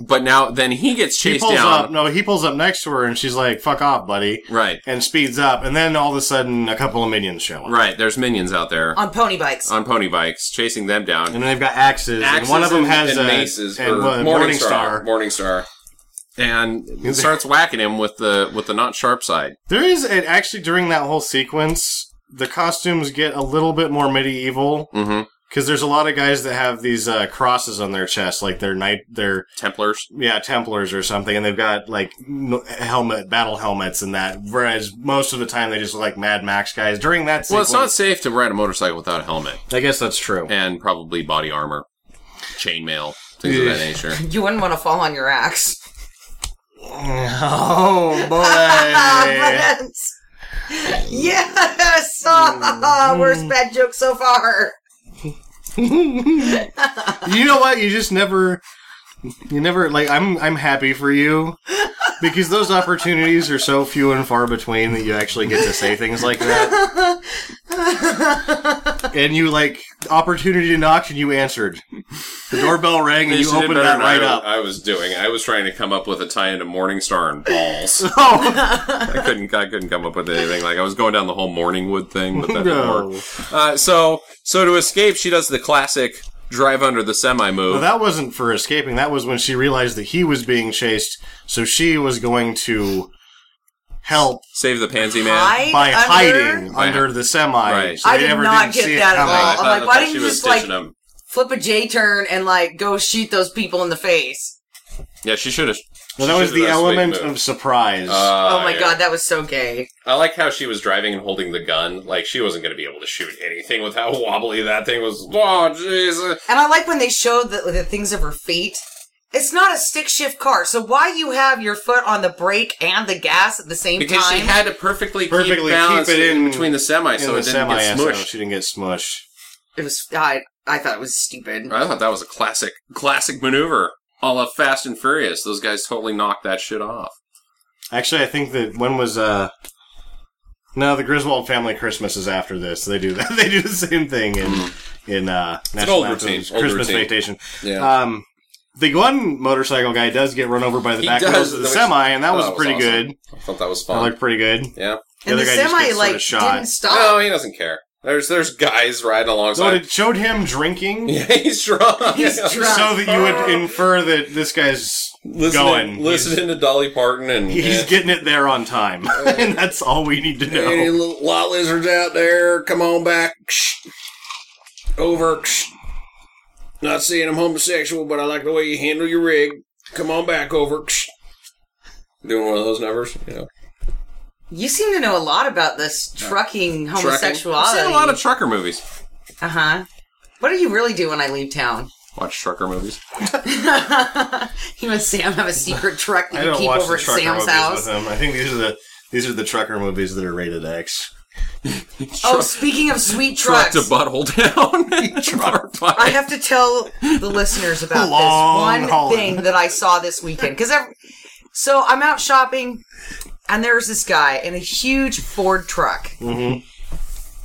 A: But now, then he gets
D: He
A: chased
D: pulls
A: down.
D: up. No, he pulls up next to her, and she's like, "Fuck off, buddy,"
A: Right,
D: and speeds up. And then all of a sudden, a couple of minions show up,
A: right. There's minions out there
C: on pony bikes.
A: on pony bikes chasing them down.
D: and they've got axes. and
A: Axes
D: one of them
A: and-
D: has
A: and
D: a
A: maces
D: and
A: or
D: one-
A: Morning
D: Morningstar.
A: Star. Morning Star. And starts whacking him with the with the not sharp side.
D: There is and actually during that whole sequence, the costumes get a little bit more medieval
A: Mm-hmm.
D: because there's a lot of guys that have these uh, crosses on their chest, like they're knight, they're
A: Templars.
D: yeah Templars or something, and they've got like n- helmet, battle helmets, and that. Whereas most of the time they just look like Mad Max guys. During that,
A: Well,
D: sequence,
A: it's not safe to ride a motorcycle without a helmet
D: I guess that's true.
A: and probably body armor, chainmail, things of that nature.
C: You wouldn't want to fall on your axe.
D: Oh
C: Ah,
D: boy!
C: brilliant. Yes! Ah, worst bad joke so far.
D: you know what? You just never, you never like. I'm I'm happy for you because those opportunities are so few and far between that you actually get to say things like that. and you like opportunity knocked and you answered. The doorbell rang and
A: They
D: you
A: should have
D: opened
A: better
D: that
A: than
D: right
A: I,
D: up.
A: I was doing. I was trying to come up with a tie into Morningstar and balls.
D: Oh
A: I couldn't. I couldn't come up with anything. Like I was going down the whole Morningwood thing, but that didn't
D: no!
A: work. Uh, so, so to escape, she does the classic drive under the semi move.
D: Well, that wasn't for escaping. That was when she realized that he was being chased, so she was going to help
A: Save the pansy man.
C: Hide
D: by
C: under-
D: hiding
A: By-
D: under the semi.
A: Right.
D: they
C: I did
D: never
C: not
D: did
C: get
D: see it
C: that at
D: coming.
C: all.
A: I thought-
C: I'm oh, like,
A: I
C: why
A: thought
C: didn't
A: she
C: you
A: was
C: just, like-
A: ditching him?
C: Flip a J turn and like go shoot those people in the face.
A: Yeah, she should have.
D: Well, that was the element of surprise.
A: Uh,
C: oh my god, that was so gay.
A: I like how she was driving and holding the gun. Like she wasn't going to be able to shoot anything with how wobbly that thing was. Oh jeez.
C: And I like when they showed the, the things of her feet. It's not a stick shift car, so why you have your foot on the brake and the gas at the same
A: Because
C: time?
A: she had to perfectly,
D: Perfectly
A: keep balance
D: keep it in-
A: between the semi,
D: In
A: so
D: the
A: it didn't
D: semi,
A: get
D: so
A: smushed.
D: she didn't get smushed.
C: it was I I thought it was stupid.
A: I thought that was a classic, classic maneuver. A la Fast and Furious. Those guys totally knocked that shit off.
D: Actually, I think that when was uh. No, the Griswold family Christmas is after this. They do that. They do the same thing in in uh, National
A: Hmm. old
D: Lampoon's
A: routine, old
D: Christmas
A: routine.
D: Vacation.
A: Yeah.
D: Um, the one motorcycle guy does get run over by the
A: He
D: back
A: does,
D: wheels of the
A: which-
D: semi, and that was pretty
A: Oh, awesome.
D: good.
A: I thought that was
D: That
A: fun.
D: looked pretty good.
A: yeah.
D: The
C: and the
D: other guy just
C: semi
D: gets sorta
C: like
D: shot.
C: didn't
A: No,
D: Oh.
C: stop.
A: he doesn't care. There's there's guys riding
D: So
A: alongside.
D: it showed him drinking.
A: yeah, he's drunk.
C: He's
A: Yeah.
C: drunk.
D: so that you would infer that this guy's
A: Listening,
D: going.
A: listening to Dolly Parton and
D: He's, he's
A: and-
D: getting it there on time, and that's all we need to
A: Any
D: know.
A: little lot lizards out there, come on back. Ksh. Over. Ksh. Not saying I'm homosexual, but I like the way you handle your rig. Come on back over. Ksh. Doing one of those numbers, you know.
C: You seem to know a lot about this trucking homosexuality.
A: trucker movies.
C: uh huh. What do you really do when I leave town?
A: Watch trucker movies.
C: You and Sam have a secret truck
D: I
C: that you
D: don't
C: keep
D: watch
C: over
D: the
C: at
D: trucker
C: Sam's
D: movies
C: house.
D: with him. I think these are the these are the trucker movies that are rated X.
C: Oh, speaking of sweet
A: Truck
C: trucks,
A: to butthole down. truck.
C: I have to tell the listeners about
D: Long
C: this one
D: hauling.
C: thing that I saw this weekend. Because so I'm out shopping, and there's this guy in a huge Ford truck, and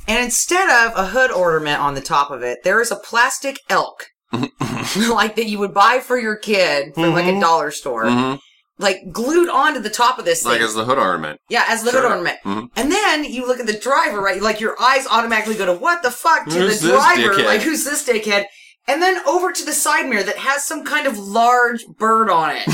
C: instead of a hood ornament on the top of it, there is a plastic elk, like that you would buy for your kid from like a dollar store. Like glued onto the top of this thing.
A: the hood ornament.
C: Yeah, as the
A: Sure. Mm-hmm.
C: hood ornament. And then you look at the driver, right? Like your eyes automatically go to what the fuck to
A: Who's
C: the
A: this
C: driver,
A: dickhead?
C: like who's this dickhead? And then over to the side mirror that has some kind of large bird on it.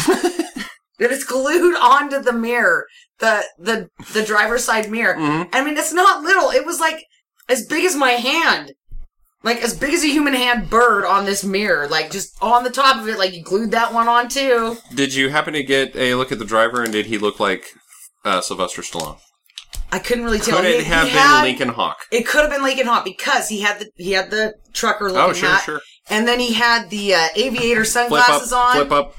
C: that is glued onto the mirror, the the the driver's side mirror.
A: Mm-hmm.
C: I mean, it's not little. It was like as big as my hand. Like as big as a human hand bird on this mirror, like just on the top of it, like you glued that one on too.
A: Did you happen to get a look at the driver and did he look like uh, Sylvester Stallone?
C: I couldn't really tell.
A: Could
C: He-
A: it
C: he
A: have been
C: had-
A: Lincoln Hawk?
C: It could have been Lincoln Hawk because he had the he had the trucker looking
A: Oh, sure,
C: hat,
A: sure.
C: and then he had the uh, aviator
A: Flip
C: sunglasses
A: up,
C: on.
A: flip up.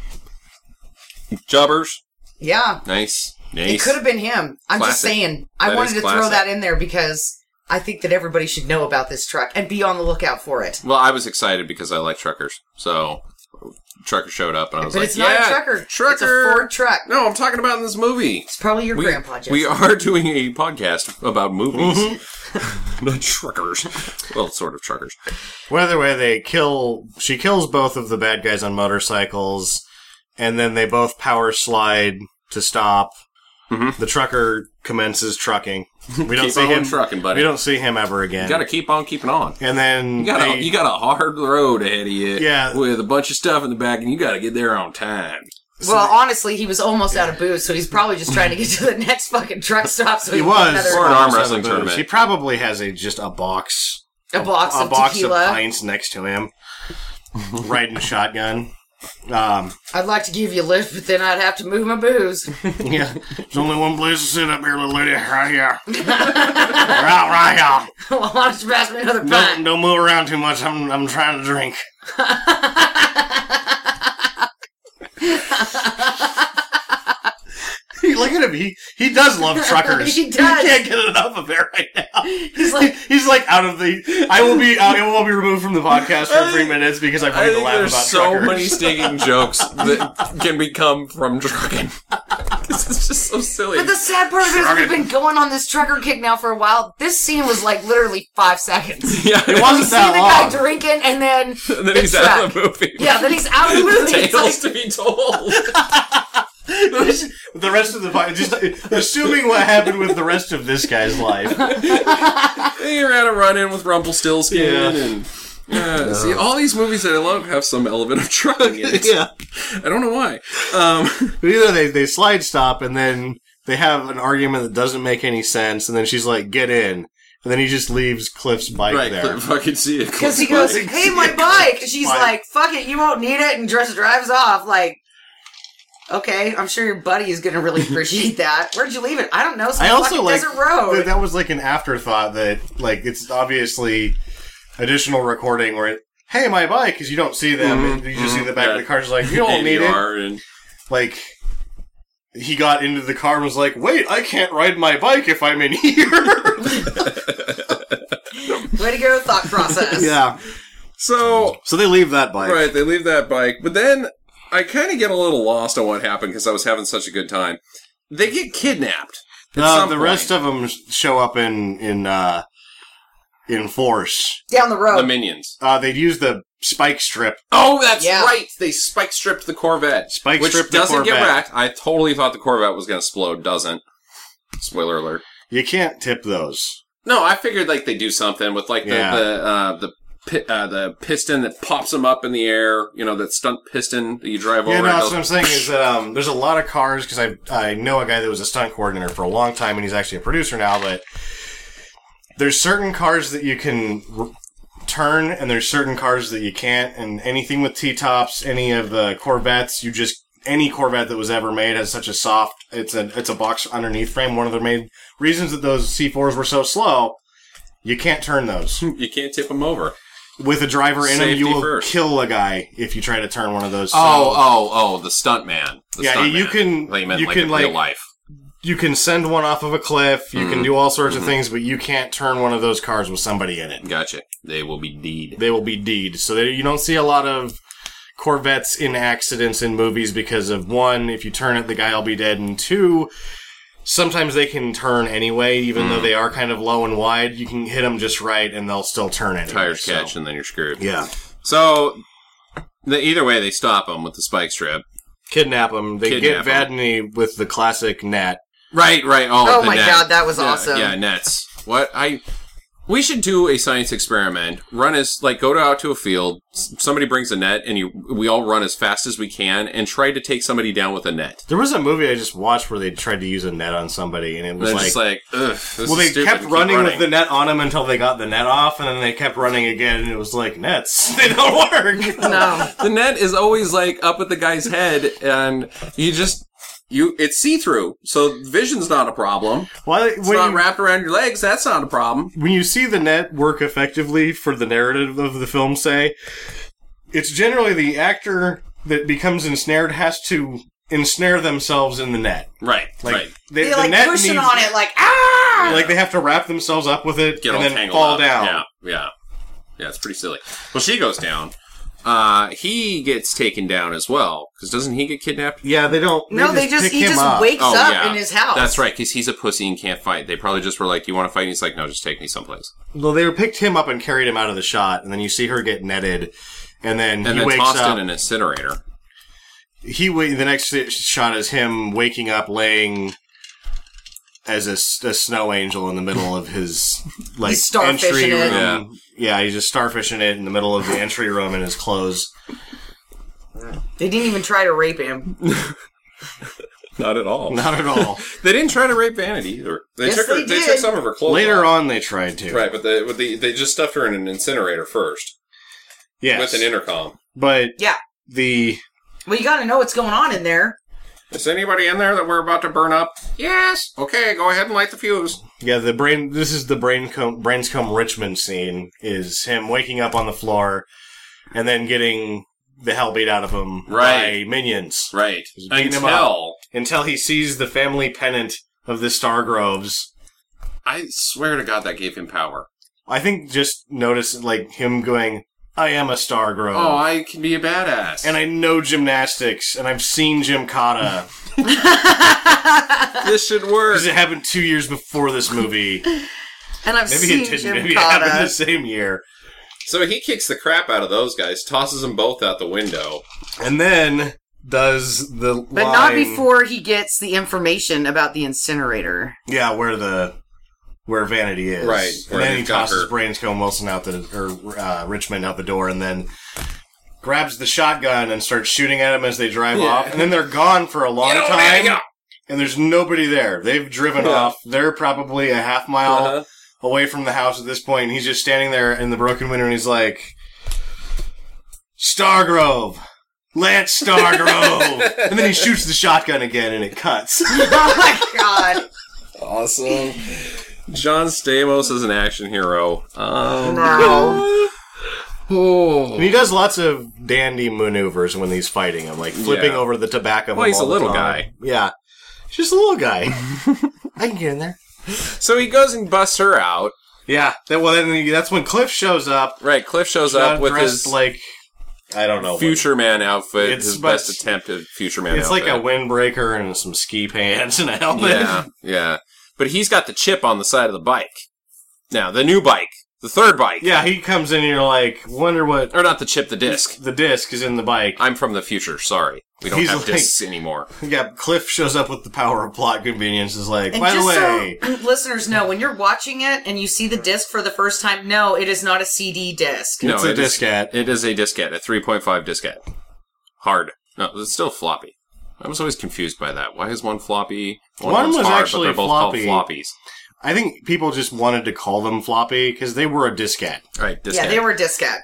A: Jobbers.
C: Yeah,
A: Nice,
C: it
A: nice.
C: could have been him. I'm just
A: Classic.
C: saying. I
A: That
C: wanted to
A: is
C: throw
A: classic.
C: that in there because I think that everybody should know about this truck and be on the lookout for it.
A: well, I was excited because I like truckers, so trucker showed up, and I was
C: But
A: like,
C: it's not
A: "Yeah,
C: a trucker. It's a
A: trucker."
C: Ford truck.
A: No, I'm talking about in this movie.
C: It's probably your
A: We,
C: grandpa, Jesse.
A: we are doing a podcast about movies,
D: Mm-hmm.
A: not truckers. Well, sort of truckers.
D: Well, either way, they kill. She kills both of the bad guys on motorcycles, and then they both power slide to stop.
A: Mhm.
D: The trucker commences trucking. We don't
A: Keep
D: see
A: on
D: him
A: trucking, buddy.
D: We don't see him ever again.
A: You got to keep on keeping on.
D: and then
A: You got
D: they-
A: a you got a hard road ahead of you.
D: Yeah.
A: with a bunch of stuff in the back, and you got to get there on time.
C: well, honestly, he was almost out of booze, so he's probably just trying to get to the next fucking truck stop. So
D: he
C: can
D: was
C: get another-
A: Or an arm
D: almost out of
A: wrestling
D: booze.
A: tournament.
D: He probably has a just a box,
C: a box
D: a
C: of
D: box
C: tequila.
D: of pints next to him, riding shotgun. Um,
C: I'd like to give you a lift, but then I'd have to move my booze.
D: yeah, there's only one place to sit up here, little lady. Right here, right, right here.
C: well, why don't you pass me another
D: Don't
C: pint?
D: don't move around too much. I'm I'm trying to drink. Look at him. He he does love truckers.
C: He does.
D: He can't get enough of it right now.
C: He's like,
D: He's like out of the. I will be. I will be removed from the podcast for three minutes because I
A: I
D: wanted to
A: think
D: laugh about
A: there's so
D: truckers.
A: many stinking jokes that can become from trucking. this is just so silly.
C: but the sad part is we've been going on this trucker kick now for a while. This scene was like literally five seconds.
A: yeah,
D: It
C: You
D: wasn't
C: see the guy
D: that long.
C: drinking, and then
A: And then
C: the
A: he's
C: truck.
A: out of the movie.
C: Yeah, then he's out of the movie. It's
A: Tales to
C: like,
A: be told.
D: the rest of the podcast, just assuming what happened with the rest of this guy's life.
A: he ran a run in with Rumpelstiltskin
D: Yeah.
A: and. Yeah, see, all these movies that I love have some element of trucking in it. I don't know why. Um,
D: But either they, they slide stop and then they have an argument that doesn't make any sense, and then she's like, get in. And then he just leaves Cliff's bike
A: right,
D: there.
A: but fucking see it.
C: Because he goes, "Hey, my bike." And she's
D: Bike.
C: like, "Fuck it, you won't need it," and just drives off. Like, okay, I'm sure your buddy is gonna really appreciate that. Where'd you leave it? I don't know. Some
D: I also
C: fucking
D: like
C: desert road.
D: That, that was like an afterthought that like it's obviously additional recording where it, hey my bike because you don't see them and you just see the back of
A: Mm-hmm. yeah.
D: the car just like you don't need it
A: ADR E and
D: like he got into the car and was like wait I can't ride my bike if I'm in here
C: Way to go, thought process.
A: so
D: so they leave that bike
A: right, they leave that bike, but then I kind of get a little lost on what happened because I was having such a good time. They get kidnapped. at
D: Uh,
A: some
D: the
A: point.
D: rest of them show up in in uh, in force.
C: Down the road.
A: the minions.
D: Uh, they'd use the spike strip.
A: Oh, that's
C: Yeah.
A: right. They spike stripped the Corvette,
D: Spike
A: which
D: stripped the
A: doesn't get
D: Corvette.
A: wrecked. I totally thought the Corvette was going to explode. Doesn't. Spoiler alert.
D: You can't tip those.
A: No, I figured like they do something with like the
D: Yeah.
A: the uh, the pi- uh, the piston that pops them up in the air. You know that stunt piston that you drive over.
D: Yeah, no.
A: and
D: that's
A: goes-
D: What I'm saying is that um, there's a lot of cars because I I know a guy that was a stunt coordinator for a long time and he's actually a producer now. But there's certain cars that you can r- turn and there's certain cars that you can't. And anything with T tops, any of the Corvettes, you just any Corvette that was ever made has such a soft. It's a it's a box underneath frame. One of the main reasons that those C4s were so slow. You can't turn those
A: you can't tip them over.
D: with a driver in them.
A: Safety
D: You will
A: first.
D: kill a guy if you try to turn one of those.
A: Oh,
D: So-
A: oh, oh! The stunt man. The
D: Yeah,
A: stunt
D: you
A: man.
D: can-
A: They meant
D: you
A: like
D: can,
A: in
D: like-
A: real life.
D: you can send one off of a cliff, you
A: Mm-hmm.
D: can do all sorts of things, but you can't turn one of those cars with somebody in it.
A: Gotcha. They will be deed.
D: They will be deed. So they, you don't see a lot of Corvettes in accidents in movies because of one, if you turn it, the guy will be dead, and two, sometimes they can turn anyway, even
A: Mm.
D: though they are kind of low and wide. You can hit them just right, and they'll still turn anyway.
A: Tires
D: so-
A: catch, and then you're screwed.
D: Yeah,
A: So, the, either way, they stop them with the spike strip.
D: kidnap them. They
A: Kidnap
D: get
A: 'em.
D: Vadney with the classic net.
A: Right, right.
C: Oh
A: Oh, the
C: my
A: net.
C: God, that was
A: Yeah,
C: awesome.
A: Yeah, nets. What I we should do a science experiment. Run as like go to, out to a field. s- Somebody brings a net, and you we all run as fast as we can, and try to take somebody down with a net.
D: There was a movie I just watched where they tried to use a net on somebody, and it was
A: They're
D: like,
A: just like, ugh. This is
D: Well, they
A: stupid.
D: kept
A: Keep
D: running, with the net on them until they got the net off, and then they kept running again, and it was like, nets, they don't work.
C: no.
A: the net is always like up at the guy's head, and you just you it's see through, so vision's not a problem.
D: Well,
A: It's not
D: when, you,
A: wrapped around your legs. That's not a problem.
D: when you see the net work effectively for the narrative of the film, say, it's generally the actor that becomes ensnared has to ensnare themselves in the net.
A: Right.
D: Like,
A: right.
D: they,
C: They
D: the
C: like
D: net
C: pushing
D: needs-
C: on it, like ah.
D: Like, they have to wrap themselves up with it
A: get all
D: and then
A: tangled
D: fall
A: up.
D: down.
A: Yeah, yeah, yeah. It's pretty silly. Well, she goes down. uh, he gets taken down as well. Because doesn't he get kidnapped?
D: Yeah, they don't.
C: No, they just,
D: pick
C: he
D: him
C: just
D: up.
C: wakes
A: Oh,
C: up
A: yeah.
C: in his house.
A: That's right, because he's a pussy and can't fight. They probably just were like, "You want to fight?" And he's like, "No, just take me someplace."
D: Well, they picked him up and carried him out of the shot, and then you see her get netted, and then
A: And
D: he
A: then
D: wakes
A: tossed
D: up.
A: in an incinerator.
D: he wa- the next shot is him waking up, laying as a, s- a snow angel in the middle of his like
C: He's starfishing
D: entry room.
C: it.
A: Yeah.
D: yeah, he's just starfishing it in the middle of the entry room in his clothes.
C: They didn't even try to rape him.
A: Not at all.
D: Not at all.
A: They didn't try to rape Vanity either. They
C: Yes,
A: took her,
C: they
A: they took
C: did.
A: some of her clothes.
D: Later
A: off.
D: on, they tried to.
A: right? But they, but they they just stuffed her in an incinerator first
D: Yes.
A: with an intercom.
D: but
C: Yeah.
D: the
C: Well, you gotta know what's going on in there.
A: Is anybody in there that we're about to burn up? Yes. Okay, go ahead and light the fuse.
D: Yeah, the brain. This is the brain com- brainscomb Richmond scene. Is him waking up on the floor, and then getting the hell beat out of him
A: Right.
D: by minions
A: Right.
D: Just beating him
A: Until
D: until he sees the family pennant of the Stargroves.
A: I swear to God, that gave him power.
D: I think just notice like him going, "I am a Stargrove."
A: Oh, I can be a badass.
D: and I know gymnastics, and I've seen Jim Cotta.
A: this should work.
D: Because it happened two years before this movie.
C: And I've
D: Maybe
C: seen
D: it didn't.
C: Jim
D: Maybe it
C: Cotta.
D: happened the same year.
A: So he kicks the crap out of those guys, tosses them both out the window.
D: And then does the
C: but not
D: line-
C: before he gets the information about the incinerator.
D: Yeah, where the where Vanity is,
A: Right,
D: And
A: where
D: then he
A: they've got
D: tosses
A: her.
D: Branscombe Wilson out the or uh, Richmond out the door, and then grabs the shotgun and starts shooting at him as they drive
A: Yeah.
D: off. And then they're gone for a long
A: Get over
D: time,
A: here!
D: and there's nobody there. They've driven
A: Yeah.
D: off. They're probably a half mile
A: Uh-huh.
D: away from the house at this point. And he's just standing there in the broken window, and he's like, "Stargrove." Lance Stargrove! and then he shoots the shotgun again and it cuts.
C: oh my god.
A: Awesome. John Stamos is an action hero. Um, Oh.
C: No.
D: And he does lots of dandy maneuvers when he's fighting him, like flipping
A: Yeah.
D: over the tobacco.
A: Well, he's a little guy.
D: Yeah, he's just a little guy. I can get in there.
A: So he goes and busts her out.
D: Yeah. That, well, then he- that's when Cliff shows up,
A: Right, Cliff shows up with
D: dressed
A: his
D: like I don't know. what-
A: future man outfit,
D: It's
A: his
D: about-
A: best attempt at future man
D: It's like
A: outfit.
D: a windbreaker and some ski pants and a helmet.
A: Yeah, yeah. But he's got the chip on the side of the bike. Now, the new bike. The third bike.
D: Yeah, he comes in and you're like, wonder what
A: Or not the chip, the disc.
D: the disc is in the bike.
A: I'm from the future, sorry. We don't
D: He's
A: have
D: like-
A: discs anymore.
D: Yeah, Cliff shows up with the power of plot convenience. Is like,
C: And
D: by the
C: just
D: way,
C: so listeners know, when you're watching it and you see the disc for the first time, no, it is not a CD disc.
A: No,
D: it's a
A: it is-
D: discette.
A: It is a diskette, a 3.5 diskette. Hard. No, it's still floppy. I was always confused by that. Why is one floppy?
D: One
A: one's
D: was
A: hard,
D: actually
A: but they're both called
D: floppy.
A: floppies.
D: I think people just wanted to call them floppy because they were a discette.
A: All right, diskette.
C: Yeah, they were discette.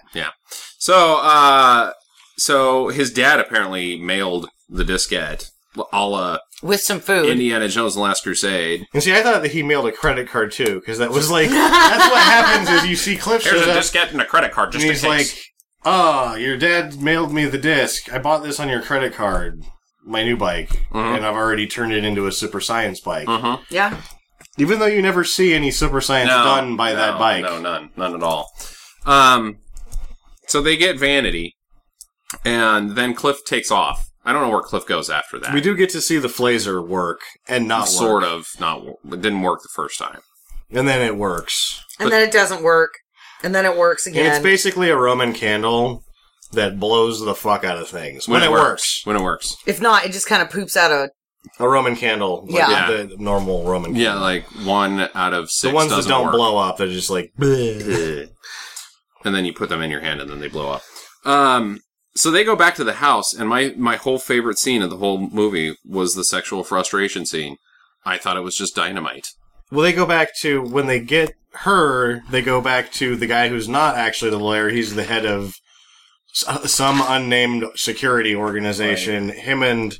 A: So, uh, so his dad apparently mailed the diskette, a la
C: With some food.
A: Indiana Jones and the Last Crusade.
D: And see, I thought that he mailed a credit card too, because that was like that's what happens is you see Cliff
A: Here's
D: shows
A: a
D: up
A: diskette and a credit card
D: and
A: just in
D: he's
A: case.
D: like, "Ah, your dad mailed me the disc. I bought this on your credit card, my new bike,
A: Mhm.
D: and I've already turned it into a Super Science bike.
A: Mhm.
C: yeah.
D: Even though you never see any Super Science done by
A: no,
D: that bike,
A: No, none, none at all. Um, so they get Vanity, and then Cliff takes off. I don't know where Cliff goes after that.
D: we do get to see the Flazer work and not
A: sort
D: work.
A: of not. wo- It didn't work the first time.
D: and then it works.
C: And then it doesn't work. And then it works again.
D: And it's basically a Roman candle that blows the fuck out of things when, it works.
A: When it works.
C: if not, it just kind of poops out a.
D: A Roman candle, like
C: Yeah.
D: the the normal Roman.
A: Yeah, like one out of six.
D: the ones that
A: doesn't
D: don't
A: work.
D: blow up, they're just like. "Bleh."
A: and then you put them in your hand and then they blow up. Um, so they go back to the house, and my my whole favorite scene of the whole movie was the sexual frustration scene. I thought it was just dynamite.
D: Well, they go back to when they get her. They go back to the guy who's not actually the lawyer. He's the head of s- uh, some unnamed security organization. Him and,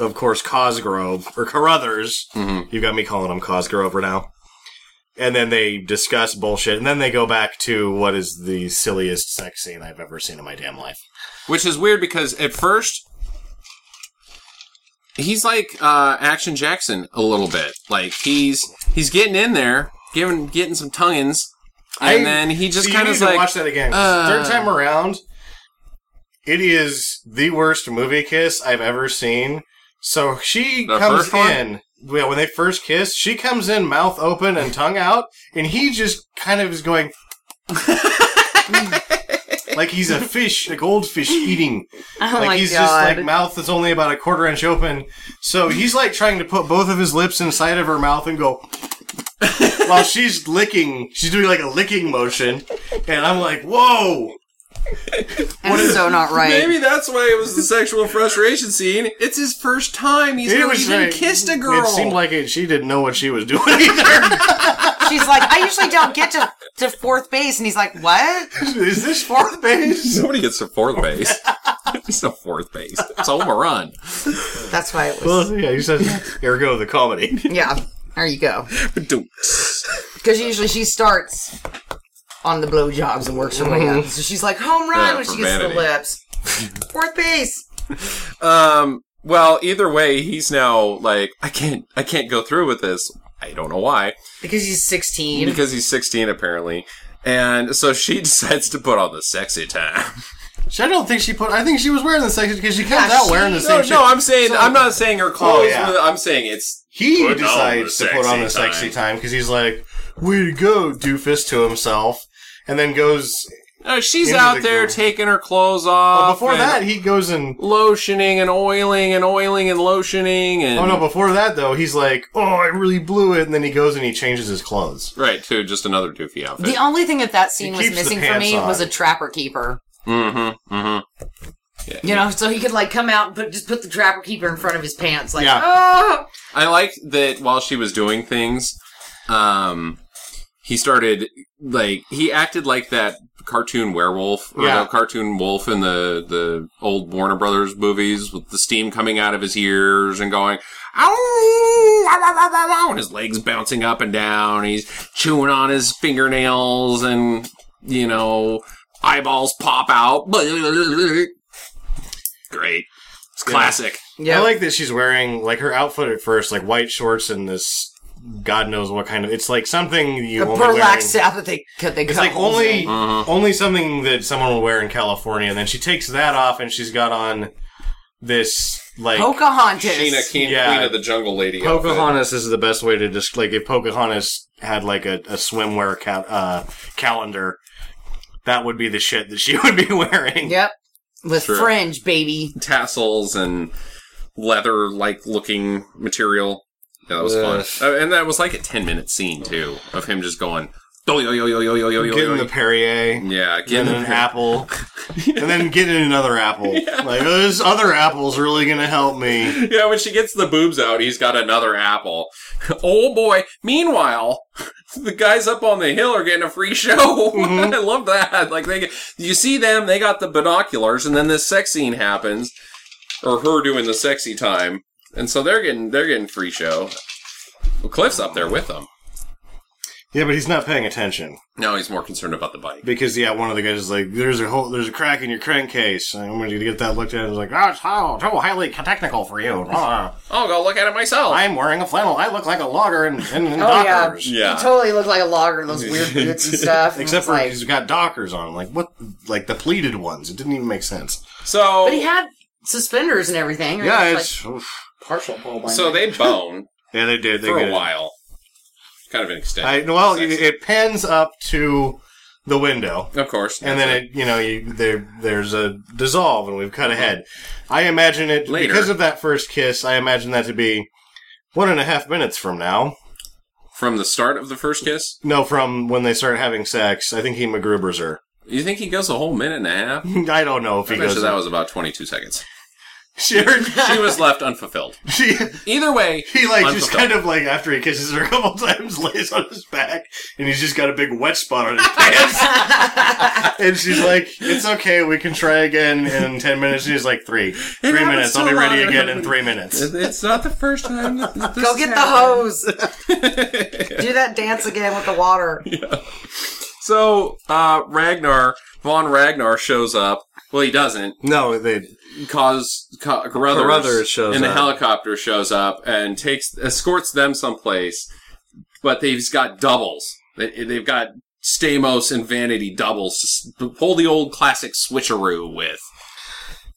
D: of course, Cosgrove or Carruthers.
A: Mhm.
D: You've got me calling him Cosgrove for now. And then they discuss bullshit, and then they go back to what is the silliest sex scene I've ever seen in my damn life.
A: Which is weird because at first he's like uh, Action Jackson a little bit. Like he's he's getting in there, giving getting some tonguins, and
D: I-
A: then he just
D: See,
A: kind
D: you
A: of
D: need to
A: like
D: watch that again. 'cause
A: uh,
D: third time around, It is the worst movie kiss I've ever seen. So she
A: The
D: comes
A: first one?
D: in. Well, when they first kiss, she comes in mouth open and tongue out, and he just kind of is going like he's a fish, a goldfish eating.
C: Oh
D: like
C: my
D: he's
C: god.
D: just like mouth is only about a quarter inch open. So he's like trying to put both of his lips inside of her mouth and go while she's licking, she's doing like a licking motion, and I'm like, "Whoa."
C: That's so not right.
A: Maybe that's why it was the sexual frustration scene. It's his first time. He's never even
D: like-
A: kissed a girl.
D: It seemed like it, she didn't know what she was doing either.
C: She's like, I usually don't get to, to fourth base. And he's like, what?
D: Is this fourth base?
A: Nobody gets to fourth base. It's a fourth base. It's home or run.
C: That's why it was.
D: Well, yeah, he says, ergo the comedy.
C: Yeah. There you go. Because usually she starts on the blowjobs and works her way
D: Mm-hmm.
C: up. So she's like, home run
A: Yeah,
C: when she
A: for
C: gets to
A: vanity.
C: the lips. Fourth base.
A: Um. Well, either way, he's now like, I can't, I can't go through with this. I don't know why,
C: Because he's 16.
A: because he's 16 apparently, and so she decides to put on the sexy time.
D: She, I don't think she put. I think she was wearing the same because she comes
C: Yeah,
D: out
C: she-
D: wearing the same
A: No,
D: shit.
A: no, I'm saying, I'm not saying her clothes.
D: Oh, yeah.
A: were- I'm saying it's
D: he
A: Put on
D: decides
A: the
D: to put on
A: sexy
D: the sexy
A: time.
D: time because he's like, "Way to go, doofus," to himself, and then goes.
A: Uh, she's
D: Into
A: out
D: the
A: there
D: groove.
A: taking her clothes off.
D: But before
A: and
D: that, he goes and.
A: lotioning and oiling and oiling and lotioning and
D: Oh no! Before that though, he's like, "Oh, I really blew it," and then he goes and he changes his clothes.
A: right too. Just another doofy outfit.
C: The only thing that that scene
D: He
C: was
D: keeps the
C: missing for
D: pants
C: me
D: on.
C: was a trapper keeper.
A: mm-hmm. Mm-hmm.
C: You know, so he could like come out and put, just put the trapper keeper in front of his pants. Like,
D: Yeah.
C: oh.
A: I like that while she was doing things, um, he started like he acted like that cartoon werewolf or
D: Yeah.
A: the cartoon wolf in the the old Warner Brothers movies with the steam coming out of his ears and going. "Ow, ow, ow, ow, ow," And his legs bouncing up and down. He's chewing on his fingernails, and you know, eyeballs pop out. Great, it's classic.
C: Yeah.
D: I like that she's wearing like her outfit at first, like white shorts and this God knows what kind of. It's like something you
C: the
D: only
C: burlap
D: wearing-
C: sack that they cut. They
D: It's
C: cut
D: like
C: holes
D: only
C: in.
A: Uh-huh.
D: only something that someone will wear in California, and then she takes that off and she's got on this like
C: Pocahontas.
A: Sheena King,
D: Yeah.
A: Queen of the Jungle Lady. outfit.
D: Pocahontas is the best way to just like if Pocahontas had like a, a swimwear ca- uh, calendar, that would be the shit that she would be wearing.
C: Yep. With
A: Sure.
C: fringe, baby.
A: tassels and leather like looking material. Yeah, that was fun. Uh, and that was like a 10 minute scene too of him just going, yo, yo, yo, yo, yo, yo, yo, yo,
D: Getting
A: yo.
D: the Perrier.
A: yeah,
D: And
A: getting
D: then an
A: the-
D: apple, and then getting another apple. Like oh, this other apple's really gonna help me.
A: Yeah, when she gets the boobs out, he's got another apple. oh boy. Meanwhile, the guys up on the hill are getting a free show.
D: Mm-hmm.
A: I love that. Like they get, you see them, they got the binoculars and then this sex scene happens or her doing the sexy time. And so they're getting they're getting free show. Well, Cliff's up there with them.
D: Yeah, but he's not paying attention
A: No, he's more concerned about the bike.
D: because yeah, one of the guys is like, "There's a hole, there's a crack in your crankcase." And I'm going to get that looked at. And it's like, "Oh, it's how how highly technical for you." Ah,
A: I'll go look at it myself.
D: I'm wearing a flannel. I look like a logger in, in, in
C: Oh, yeah.
D: dockers.
A: yeah.
C: He totally looked like a logger in those weird boots and stuff. and
D: Except
C: it's
D: for
C: like,
D: he's got dockers on, like what, like the pleated ones. It didn't even make sense.
C: but he
A: so
C: had suspenders and everything. right?
D: Yeah,
C: like
D: it's oof.
C: partial pole binding.
A: so they bone
D: yeah, they did. They
A: for
D: did.
A: a while. Kind of an extension.
D: I, well, it,
A: Sexy.
D: it pans up to the window.
A: of course.
D: and then it, you know, you, there there's a dissolve, and we've cut ahead. I imagine it
A: Later.
D: because of that first kiss. I imagine that to be one and a half minutes from now.
A: from the start of the first kiss,
D: No, from when they start having sex. I think he MacGruber's her.
A: you think he goes a whole minute and a half?
D: I don't know if he
A: I bet
D: goes.
A: you that was about 22 seconds.
D: she,
A: She was left unfulfilled.
D: she,
A: Either way,
D: he like just
A: unfulfilled.
D: kind of like after he kisses her a couple times, lays on his back, and he's just got a big wet spot on his pants. and she's like, "It's okay, we can try again in ten minutes." And he's like, three, three
A: happens
D: minutes. I'll
A: so
D: be ready
A: long."
D: again in three minutes."
A: It- It's not the first time. that this
C: Go
A: has
C: get the
A: happened.
C: hose. Do that dance again with the water.
A: So uh, Ragnar von Ragnar shows up. Well, he doesn't.
D: No, they
A: cause Ca- Carruthers,
D: Carruthers shows
A: and the
D: up.
A: helicopter shows up and takes escorts them someplace. But they've got doubles. They, they've got Stamos and Vanity doubles to s- to pull the old classic switcheroo with.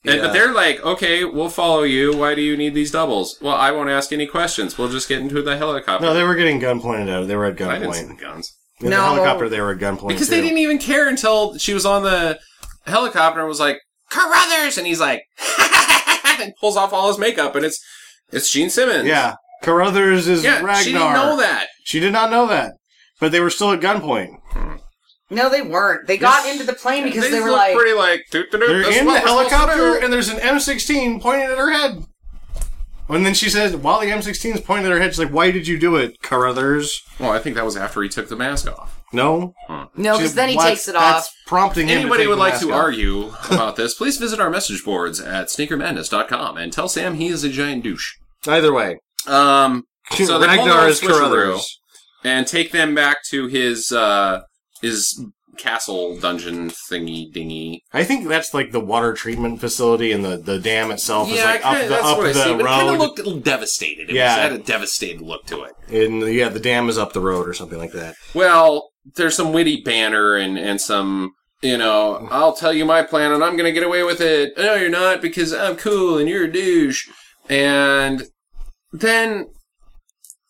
A: And, but they're like, okay, we'll follow you. Why do you need these doubles? Well, I won't ask any questions. We'll just get into the helicopter.
D: No, they were getting gun pointed at. They were at
A: I didn't see the
D: gunpoint.
A: guns.
D: In
C: No.
D: the helicopter, they were at gunpoint
A: Because
D: too.
A: they didn't even care until she was on the helicopter and was like, Carruthers! And he's like, and pulls off all his makeup and it's, it's Gene Simmons.
D: Yeah, Carruthers is
A: Yeah.
D: Ragnar.
A: She didn't know that.
D: She did not know that, but they were still at gunpoint.
C: No, they weren't. They got into the plane because they, were
A: look
C: like,
A: pretty like, doot, doot, doot,
D: They're
A: that's
D: in
A: what
D: the
A: we're supposed to
D: helicopter,
A: do.
D: and there's an M16 pointed at her head. And then she says, while the M16 is pointed at her head, she's like, "Why did you do it, Carruthers?"
A: Well, I think that was after he took the mask off.
D: No,
C: no, because
D: She-
C: then he
D: why-
C: takes it
D: that's
C: off.
D: prompting him. to
A: Anybody
D: take
A: would
D: the
A: like
D: mask
A: to
D: off.
A: argue about this, please visit our message boards at sneakermadness.com and tell Sam he is a giant douche.
D: Either way,
A: Um, So they pulled
D: Ragnar
A: out
D: is
A: Switcheroo.
D: Carruthers.
A: and take them back to his, uh, his castle dungeon thingy dingy.
D: I think that's like the water treatment facility and the, the dam itself is
A: Yeah,
D: like
A: I kinda,
D: up the
A: that's
D: up
A: what I see,
D: the
A: but it kind of
D: road,
A: looked a little devastated. It
D: Yeah.
A: was, had a devastated look to it.
D: and yeah, the dam is up the road or something like that.
A: Well, there's some witty banner and, and some, you know, I'll tell you my plan and I'm going to get away with it. No, you're not because I'm cool and you're a douche. And then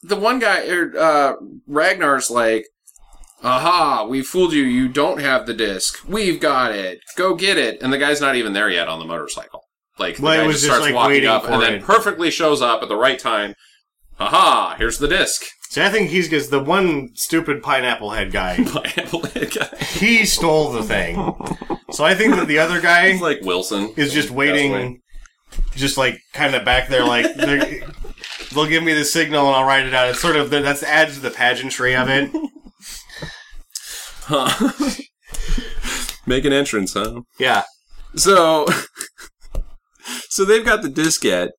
A: the one guy, er, uh, Ragnar's like, aha, we fooled you. You don't have the disc. We've got it. Go get it. And the guy's not even there yet on the motorcycle. Like, the
D: Well, it
A: guy
D: was
A: just
D: just,
A: starts
D: like,
A: walking
D: waiting
A: up and
D: for
A: then
D: it.
A: perfectly shows up at the right time. Aha, here's the disc.
D: See, I think he's because the one stupid pineapple head guy
A: Pineapple head guy.
D: he stole the thing, so I think that the other guy
A: He's like Wilson.
D: is just
A: That's
D: waiting, just like kind of back there, like they're- they'll give me the signal and I'll write it out. It's sort of that's adds to the pageantry of it.
A: Huh. Make an entrance, huh?
D: Yeah,
A: So, so they've got the diskette,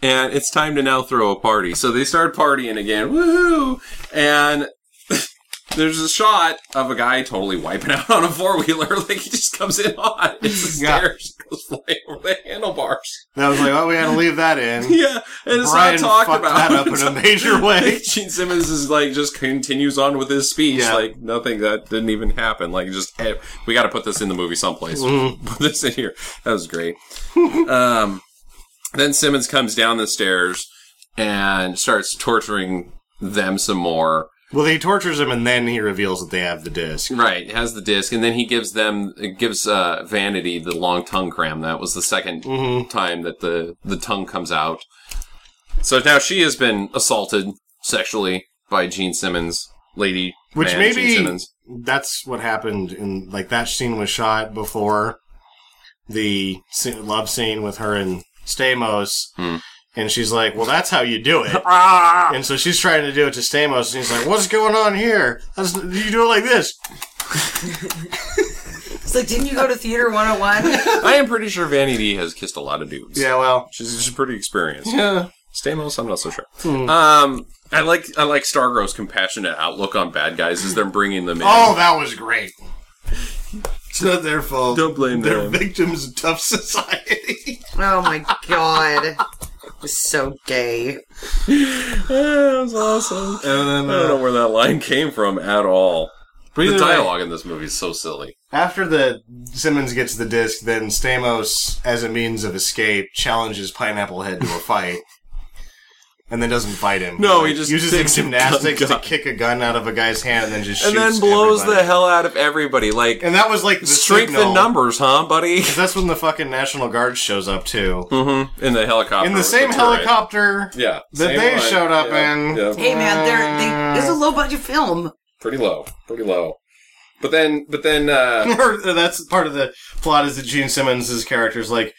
A: and it's time to now throw a party. So they start partying again. Woohoo! And there's a shot of a guy totally wiping out on a four wheeler. Like he just comes in hot. It's the
D: Yeah.
A: stairs. Goes flying over the handlebars.
D: and I was like, oh, we had to leave that in.
A: Yeah, and it's
D: Brian
A: not
D: fucked
A: talked about.
D: that up in
A: It's
D: a major way.
A: Gene Simmons is like just continues on with his speech,
D: Yeah.
A: like nothing that didn't even happen. Like just eh, we got to put this in the movie someplace. Put this in here. That was great. um, then Simmons comes down the stairs and starts torturing them some more.
D: Well, he tortures him and then he reveals that they have the disc.
A: Right, has the disc, and then he gives them gives uh, Vanity the long tongue cram. That was the 2nd time that the the tongue comes out. So now she has been assaulted sexually by Gene Simmons, lady.
D: Which
A: man, Gene
D: maybe
A: Simmons.
D: that's what happened in like that scene was shot before the se- love scene with her and Stamos, and she's like, "Well, that's how you do it." and so she's trying to do it to Stamos, and he's like, "What's going on here? That's, you do it like this."
C: It's like, didn't you go to Theater 101?
A: I am pretty sure Vanity has kissed a lot of dudes.
D: Yeah, well,
A: she's, she's pretty experienced.
D: yeah.
A: Stamos, I'm not so sure. Um, I like I like Stargro's compassionate outlook on bad guys as they're bringing them in.
D: Oh, that was great. It's not their fault.
A: Don't blame
D: They're
A: them.
D: victims of tough society.
C: oh my god. It was so gay.
A: that was awesome.
D: and then,
A: I don't know where that line came from at all.
D: either
A: The
D: way-
A: dialogue in this movie is so silly.
D: After the Simmons gets the disc, then Stamos, as a means of escape, challenges Pineapple Head to a fight, and then doesn't fight him.
A: No,
D: Like,
A: he just
D: uses
A: takes
D: his
A: a
D: gymnastics
A: gun-
D: to kick a gun out of a guy's hand, and then just
A: and
D: shoots
A: then blows
D: everybody.
A: the hell out of everybody. Like
D: And that was like the
A: strength
D: signal.
A: in numbers, huh, buddy?
D: 'Cause That's when the fucking National Guard shows up too,
A: Mm-hmm. In the helicopter.
D: in the
A: with
D: same
A: turret.
D: helicopter
A: Yeah.
D: that
A: same
D: they
A: line.
D: showed up
A: Yeah,
D: in.
A: yeah.
C: Hey man, they're, they, this is a low budget film.
A: Pretty low. Pretty low. But then, but then, uh,
D: that's part of the plot is that Gene Simmons' character's like,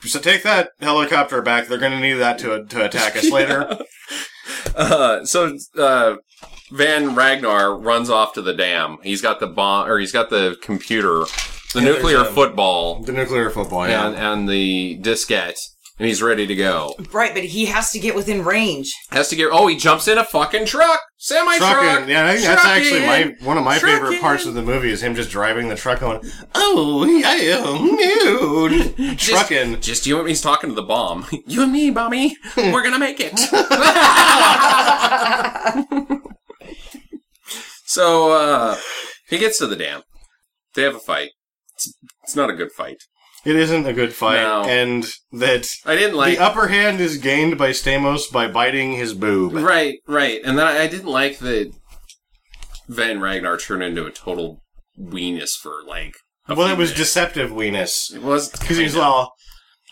D: so take that helicopter back. They're going to need that to to attack us later.
A: uh, so, uh, Van Ragnar runs off to the dam. He's got the bomb, or he's got the computer, the
D: there's
A: nuclear
D: a-
A: football,
D: The nuclear football, yeah.
A: and, and the diskette, and he's ready to go.
C: Right, but he has to get within range.
A: Has to get. Oh, he jumps in a fucking truck, semi truck.
D: Trucking, yeah, I think that's actually my one of my favorite parts of the movie is him just driving the truck going, oh yeah, dude, trucking.
A: Just you and me. He's talking to the bomb. You and me, Bobby.
D: Hmm.
A: We're gonna make it. so uh, he gets to the dam. They have a fight. It's, it's not a good fight.
D: It isn't a good fight,
A: No.
D: and that
A: I didn't like
D: the upper hand is gained by Stamos by biting his boob.
A: Right, right. And then I, I didn't like that Van Ragnar turned into a total weenus for like a
D: Well,
A: few
D: it was
A: minutes.
D: deceptive weenus
A: it was
D: because he's all,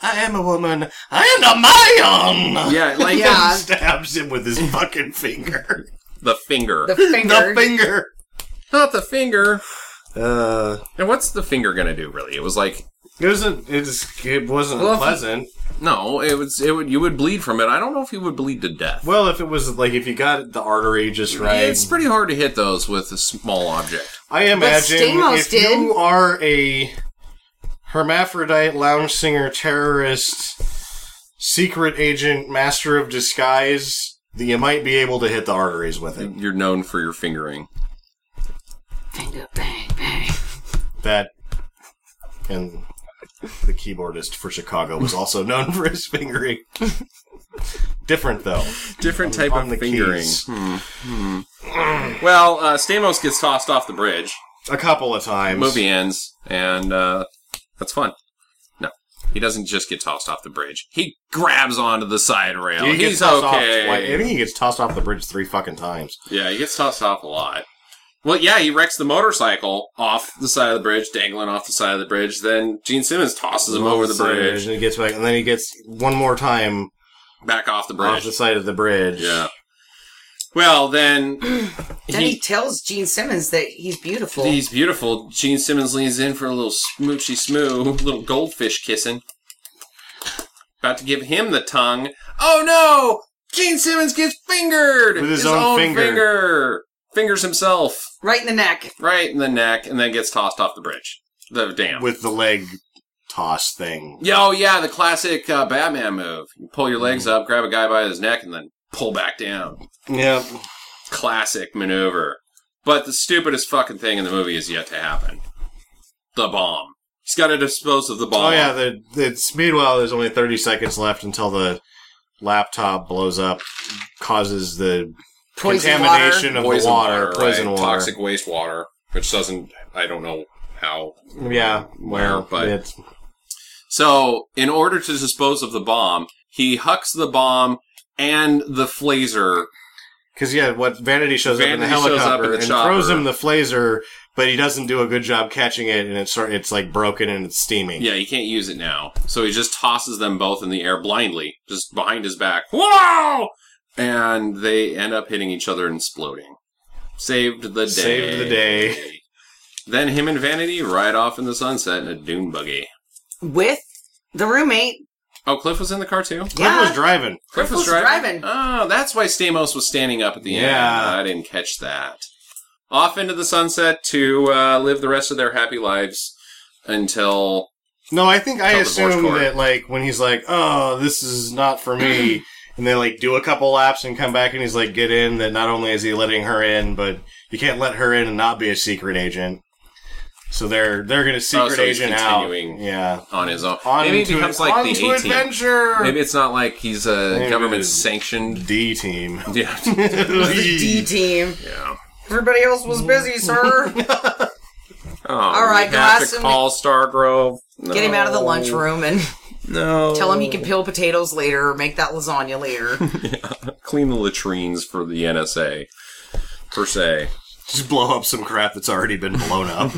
D: "I am a woman. I am the Mayan."
A: Yeah, like
C: Yeah.
D: He stabs him with his fucking finger.
A: the finger.
C: The finger.
D: The finger.
A: Not the finger.
D: Uh,
A: And what's the finger gonna do really? It was like
D: it wasn't. It's, it wasn't
C: Well, if-
D: pleasant.
A: no, it was it would you would bleed from it. I don't know if you would bleed to death.
D: Well, if it was like if you got the artery just right,
A: it's pretty hard to hit those with a small object.
D: I imagine
C: Stamos
D: if
C: did.
D: you are a hermaphrodite lounge singer terrorist secret agent master of disguise that you might be able to hit the arteries with it.
A: You're known for your fingering.
C: Finger, bang, bang.
D: That and the keyboardist for Chicago was also known for his fingering. Different though.
A: Different
D: On-
A: type
D: on
A: of
D: the
A: fingering.
D: keys.
A: Hmm, hmm. Well, uh, Stamos gets tossed off the bridge.
D: A couple of times.
A: movie ends, and uh, that's fun. No, he doesn't just get tossed off the bridge. He grabs onto the side rail.
D: He gets
A: He's
D: tossed off twi- I
A: okay.
D: think he gets tossed off the bridge three fucking times.
A: yeah, he gets tossed off a lot. Well, yeah, he wrecks the motorcycle off the side of the bridge, dangling off the side of the bridge. Then Gene Simmons tosses him over the bridge,
D: and he gets back, and then he gets one more time
A: back off the
D: off
A: bridge.
D: the side of the bridge.
A: Yeah. Well, then
C: Then he, tells Gene Simmons that he's beautiful.
A: he's beautiful. Gene Simmons leans in for a little smoochy smoo, little goldfish kissing. About to give him the tongue. Oh no! Gene Simmons gets fingered
D: With his own finger.
A: finger. Fingers himself
C: right in the neck.
A: right in the neck, and then gets tossed off the bridge. The dam.
D: with the leg toss thing.
A: Yeah, oh yeah, the classic uh, Batman move. You pull your legs
D: Mm-hmm.
A: up, grab a guy by his neck, and then pull back down.
D: Yeah.
A: Classic maneuver. But the stupidest fucking thing in the movie is yet to happen. The bomb. He's got to dispose of the bomb.
D: Oh yeah. The, it's meanwhile there's only thirty seconds left until the laptop blows up, causes the
C: Poison water.
D: contamination of the water, poison
A: right,
D: water,
A: toxic wastewater, which doesn't. I don't know how.
D: Yeah.
A: Where, but-
D: it's,
A: So, in order to dispose of the bomb, he hucks the bomb and the phaser.
D: Because yeah, what Vanity shows up
A: Vanity
D: in the
A: shows up
D: helicopter
A: in the
D: and
A: chopper.
D: throws him the phaser, but he doesn't do a good job catching it, and it's sort it's like broken and it's steaming.
A: Yeah, he can't use it now. So he just tosses them both in the air blindly, just behind his back. Whoa! And they end up hitting each other and exploding. Saved the day.
D: Saved the day.
A: Then him and Vanity ride off in the sunset in a dune buggy.
C: With the roommate.
A: Oh, Cliff was in the car too?
D: Cliff
C: yeah.
D: was driving.
A: Cliff was
C: was
A: driving.
C: driving.
A: Oh, that's why Stamos was standing up at the end.
D: Yeah.
A: I didn't catch that. Off into the sunset to uh, live the rest of their happy lives until.
D: No, I think I
A: Tell the Borscht
D: assume
A: Court.
D: that like when he's like, "Oh, this is not for me," and they like do a couple laps and come back, and he's like, "Get in." That not only is he letting her in, but you can't let her in and not be a secret agent. So they're they're gonna secret
A: Oh, so he's
D: agent out.
A: continuing.
D: Yeah,
A: On his own,
D: on
A: maybe it
D: to,
A: becomes like
D: on
A: the
D: to
A: 18.
D: adventure.
A: Maybe it's not like he's a
D: Maybe
A: government
D: it is.
A: sanctioned.
D: D team.
A: Yeah,
C: The D team.
A: yeah.
C: Everybody else was busy, sir.
A: Oh,
C: All right,
A: we have
C: Glass
A: to
C: and-
A: call Stargrove.
C: Get him out of the
A: No.
C: lunchroom and
A: No,
C: tell him he can peel potatoes later or make that lasagna later.
A: clean the latrines for the NSA per se.
D: Just blow up some crap that's already been blown up.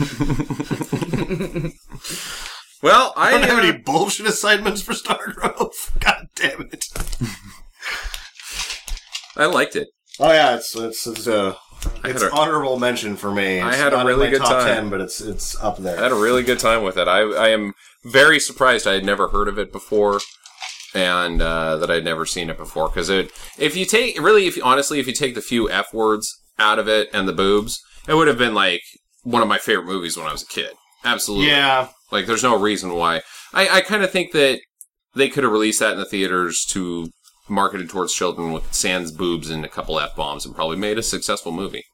A: Well, I
D: I don't have
A: uh,
D: any bullshit assignments for Stargrove. God damn it.
A: I liked it.
D: Oh yeah, it's it's it's, uh,
A: I
D: it's
A: had a-
D: honorable mention for me.
A: I
D: It's
A: had a
D: not in
A: really
D: my
A: good
D: top
A: time.
D: ten, but it's it's up there.
A: I had a really good time with it. I, I am very surprised I had never heard of it before, and uh, that I'd never seen it before. Because it, if you take really, if you, honestly, if you take the few f words out of it and the boobs, it would have been like one of my favorite movies when I was a kid. Absolutely,
D: yeah,
A: Like, there's no reason why. I, I kind of think that they could have released that in the theaters to market it towards children with sans boobs and a couple f bombs, and probably made a successful movie.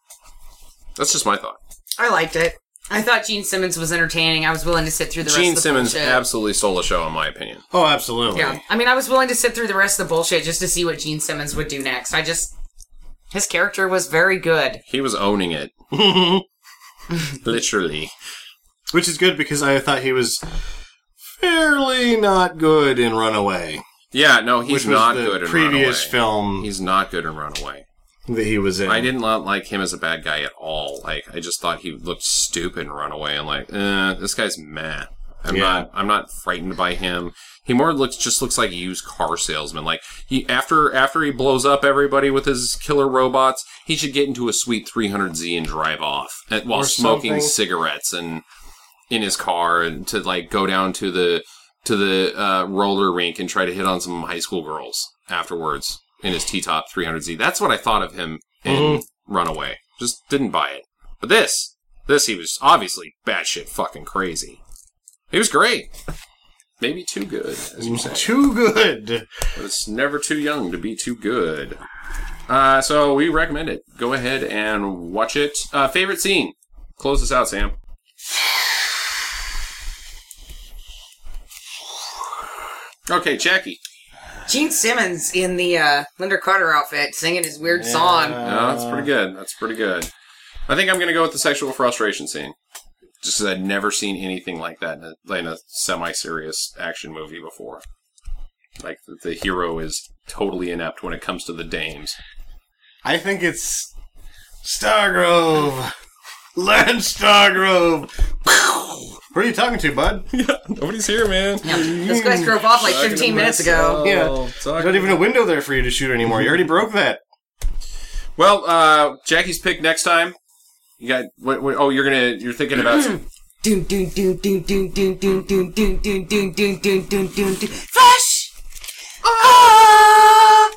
A: That's just my thought.
C: I liked it. I thought Gene Simmons was entertaining. I was willing to sit through the rest
A: Gene
C: of the
A: Simmons
C: bullshit.
A: absolutely stole the show, in my opinion.
D: oh absolutely.
C: Yeah. I mean, I was willing to sit through the rest of the bullshit just to see what Gene Simmons would do next. I just. His character was very good.
A: He was owning it. Literally.
D: Which is good because I thought he was fairly not good in Runaway.
A: Yeah, no, he's
D: which was
A: not
D: the
A: good in
D: previous
A: Runaway.
D: film
A: He's not good in Runaway.
D: that he was in.
A: I did not like him as a bad guy at all. Like I just thought he looked stupid in Runaway. I'm like, eh, this guy's meh. I'm
D: Yeah.
A: not. I'm not frightened by him. He more looks just looks like a used car salesman. Like he after after he blows up everybody with his killer robots, he should get into a sweet 300Z and drive off eh, while
D: Or
A: smoking
D: something.
A: cigarettes and in his car and to like go down to the to the uh, roller rink and try to hit on some high school girls afterwards in his T top 300Z. That's what I thought of him in Runaway. Just didn't buy it. But this, this he was obviously batshit fucking crazy. He was great. Maybe too good, as you say.
D: Too good.
A: But it's never too young to be too good. Uh, so we recommend it. Go ahead and watch it. Uh, favorite scene? Close this out, Sam. Okay, Jackie.
C: Gene Simmons in the uh, Linda Carter outfit singing his weird song.
A: No, that's pretty good. That's pretty good. I think I'm going to go with the sexual frustration scene. Just because I'd never seen anything like that in a, in a semi-serious action movie before. Like the, the hero is totally inept when it comes to the dames.
D: I think it's Stargrove. Lance Stargrove. Who are you talking to, bud?
A: Nobody's here, man.
C: Those guys drove off like 15 minutes ago.
D: Yeah. There's not even a window there for you to shoot anymore. You already broke that.
A: Well, uh, Jackie's pick next time. You got what, what? Oh, you're gonna you're thinking about
C: Doom, doom, doom, doom, doom, doom, doom, doom, doom, doom, doom, doom, doom, doom, doom, doom. Flash! Ah!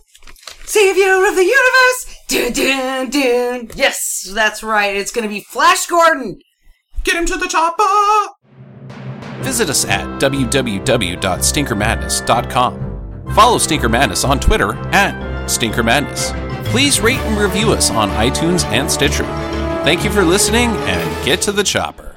C: Savior of the universe! Doom, doom, doom. Yes, that's right. It's gonna be Flash Gordon.
A: get him to the chopper.
E: visit us at www.stinkermadness.com. Follow Stinker Madness on Twitter at Stinker Madness. Please rate and review us on iTunes and Stitcher. Thank you for listening and get to the chopper.